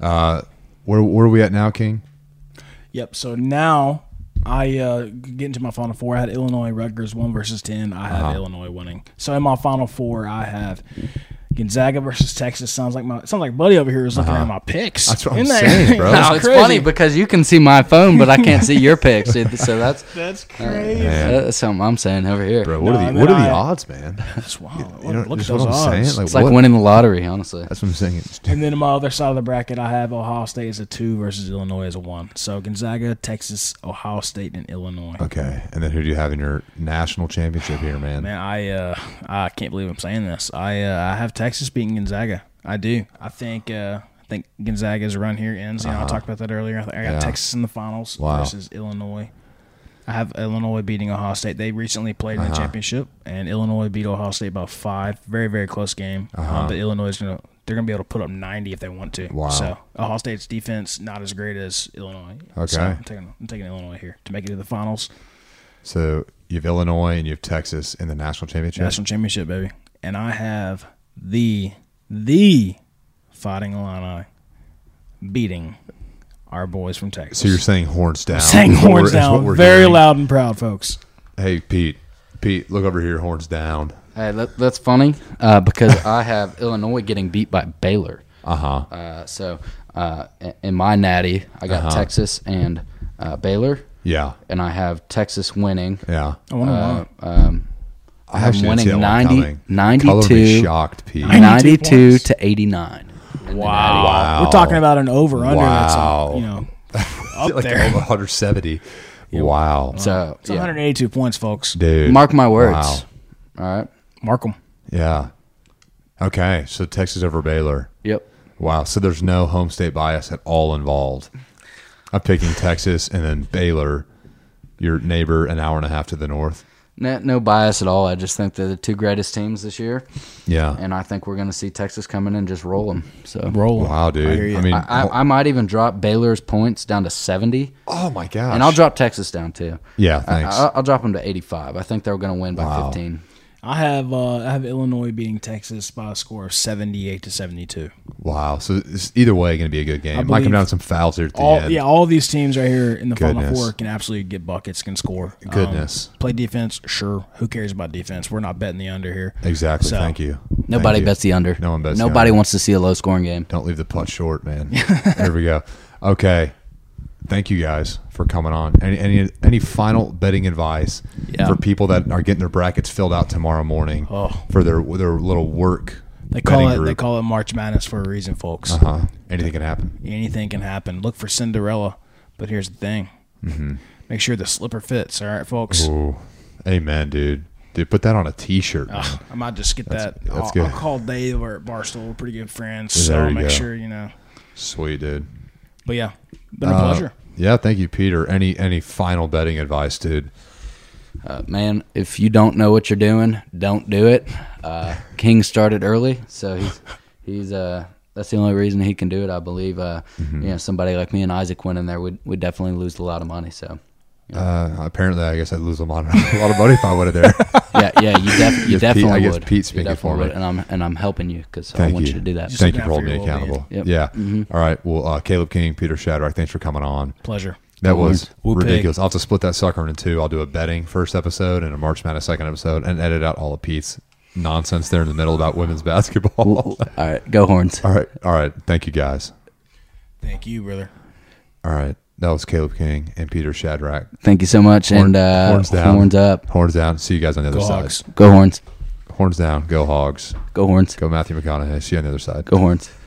Uh, where where are we at now, King? Yep. So now I uh, get into my final four. I had Illinois Rutgers one versus ten. I Uh-huh. have Illinois winning. So in my final four, I have Gonzaga versus Texas. Sounds like my sounds like buddy over here is looking at my picks. Uh-huh. That's what I'm Isn't that- saying, bro. That's No, it's crazy. funny because you can see my phone, but I can't see your picks. It- So that's That's Uh, crazy. Man, that's something I'm saying over here. bro, what No, are the I mean, what are the I- odds, man? That's wild. You Look- know, Look at just what those I'm saying. odds. Like, It's like what- winning the lottery, honestly. That's what I'm saying. It's- and then on my other side of the bracket, I have Ohio State as a two versus Illinois as a one. So Gonzaga, Texas, Ohio State, and Illinois. Okay, and then who do you have in your national championship here, man? Man, I uh, I can't believe I'm saying this. I uh, I have Texas beating Gonzaga. I do. I think uh, I think Gonzaga's run here ends. You know, I talked about that earlier. I, think I got Uh-huh. Yeah. Texas in the finals Wow. versus Illinois. I have Illinois beating Ohio State. They recently played Uh-huh. in the championship, and Illinois beat Ohio State by five. Very very close game. Um, but Illinois is gonna they're gonna be able to put up 90 if they want to. Uh-huh. Wow. So Ohio State's defense not as great as Illinois. Okay. So I'm taking I'm taking Illinois here to make it to the finals. So you have Illinois and you have Texas in the national championship. National championship, baby. And I have the the Fighting Illini beating our boys from Texas. So you're saying horns down? saying is what we're- horns is what down, we're very doing. loud and proud, folks. Hey, Pete, Pete, look over here, horns down. Hey, that, that's funny uh, because I have Illinois getting beat by Baylor. Uh huh. Uh, so uh, i- in my natty, I got Uh-huh. Texas and uh, Baylor, Yeah, and I have Texas winning. yeah. I want to Uh, um, I have them actually didn't see winning that one 90, coming. Color me 92, shocked, Pete. 92 points. to 89. Wow. Wow. We're talking about an over under that's oh. Wow. uh, you know up like there. over 170. Wow, So, It's yeah. 182 points, folks. dude. mark my words. Wow. All right. Mark them. Yeah. Okay, so Texas over Baylor. Yep. Wow. So there's no home state bias at all involved. I'm picking Texas and then Baylor, your neighbor, an hour and a half to the north. No, no bias at all. I just think they're the two greatest teams this year, Yeah. and I think we're going to see Texas come in and just roll them. So Roll. 'em. wow, dude. hear I, you. mean, I, I, I might even drop Baylor's points down to 70, oh my gosh. and I'll drop Texas down too. uh, Yeah, I, thanks. I, I'll drop them to 85. I think they're going to win by Wow. 15. I have uh, I have Illinois beating Texas by a score of 78 to 72. wow. So it's either way going to be a good game. Might come believe- down to some fouls here at the all end. yeah, all these teams right here in the final Goodness. four can absolutely get buckets, can score. Um, Goodness. play defense, sure. Who cares about defense? We're not betting the under here. Exactly. So- Thank you. Nobody Thank you. bets the under. No one bets the Nobody under. wants to see a low scoring game. Don't leave the putt short, man. there we go. Okay. Thank you guys for coming on. Any any, any final betting advice Yeah. for people that are getting their brackets filled out tomorrow morning Oh. for their their little work? They call betting it they group? call it March Madness for a reason, folks. uh-huh. anything can happen. Anything can happen. Look for Cinderella, but here's the thing. Make sure the slipper fits. All right, folks. Mm-hmm. Ooh. Amen, dude. Dude, put that on a T-shirt. man. Ugh, I might just get that. that's I'll, good. I'll call Dave over at Barstool. We're pretty good friends, There so I'll you make go. sure you know. Sweet, dude. But yeah, been a Uh, pleasure. yeah, thank you, Peter. Any any final betting advice, dude? uh, man, if you don't know what you're doing, don't do it. Uh, King started early, so he's he's uh that's the only reason he can do it. I believe uh Mm-hmm. you know somebody like me and Isaac went in there would would definitely lose a lot of money. So Uh, apparently, I guess I'd lose a lot, of, a lot of money if I went in there. yeah, yeah, you, def- you Yes, Pete- I definitely guess would. Pete's You speaking definitely for me. would, and I'm and I'm helping you because I Thank want you. to do that. Thank you for looking out holding for me your well-being. accountable. Yep. Mm-hmm. Yeah. All right. Well, uh, Caleb King, Peter Shadrack, thanks for coming on. Pleasure. That was Woo pig. ridiculous. I'll have to split that sucker into two. I'll do a betting first episode and a March Madness second episode and edit out all of Pete's nonsense there in the middle about women's basketball. All right, go horns. all right. All right. Thank you, guys. Thank you, brother. All right. That was Caleb King and Peter Shadrack. Thank you so much, Horn- and uh, horns, up. Horns down. See you guys on the other Go side. Hawks. Go horns. Horns down. Go hogs. Go horns. Go Matthew McConaughey. See you on the other side. Go horns.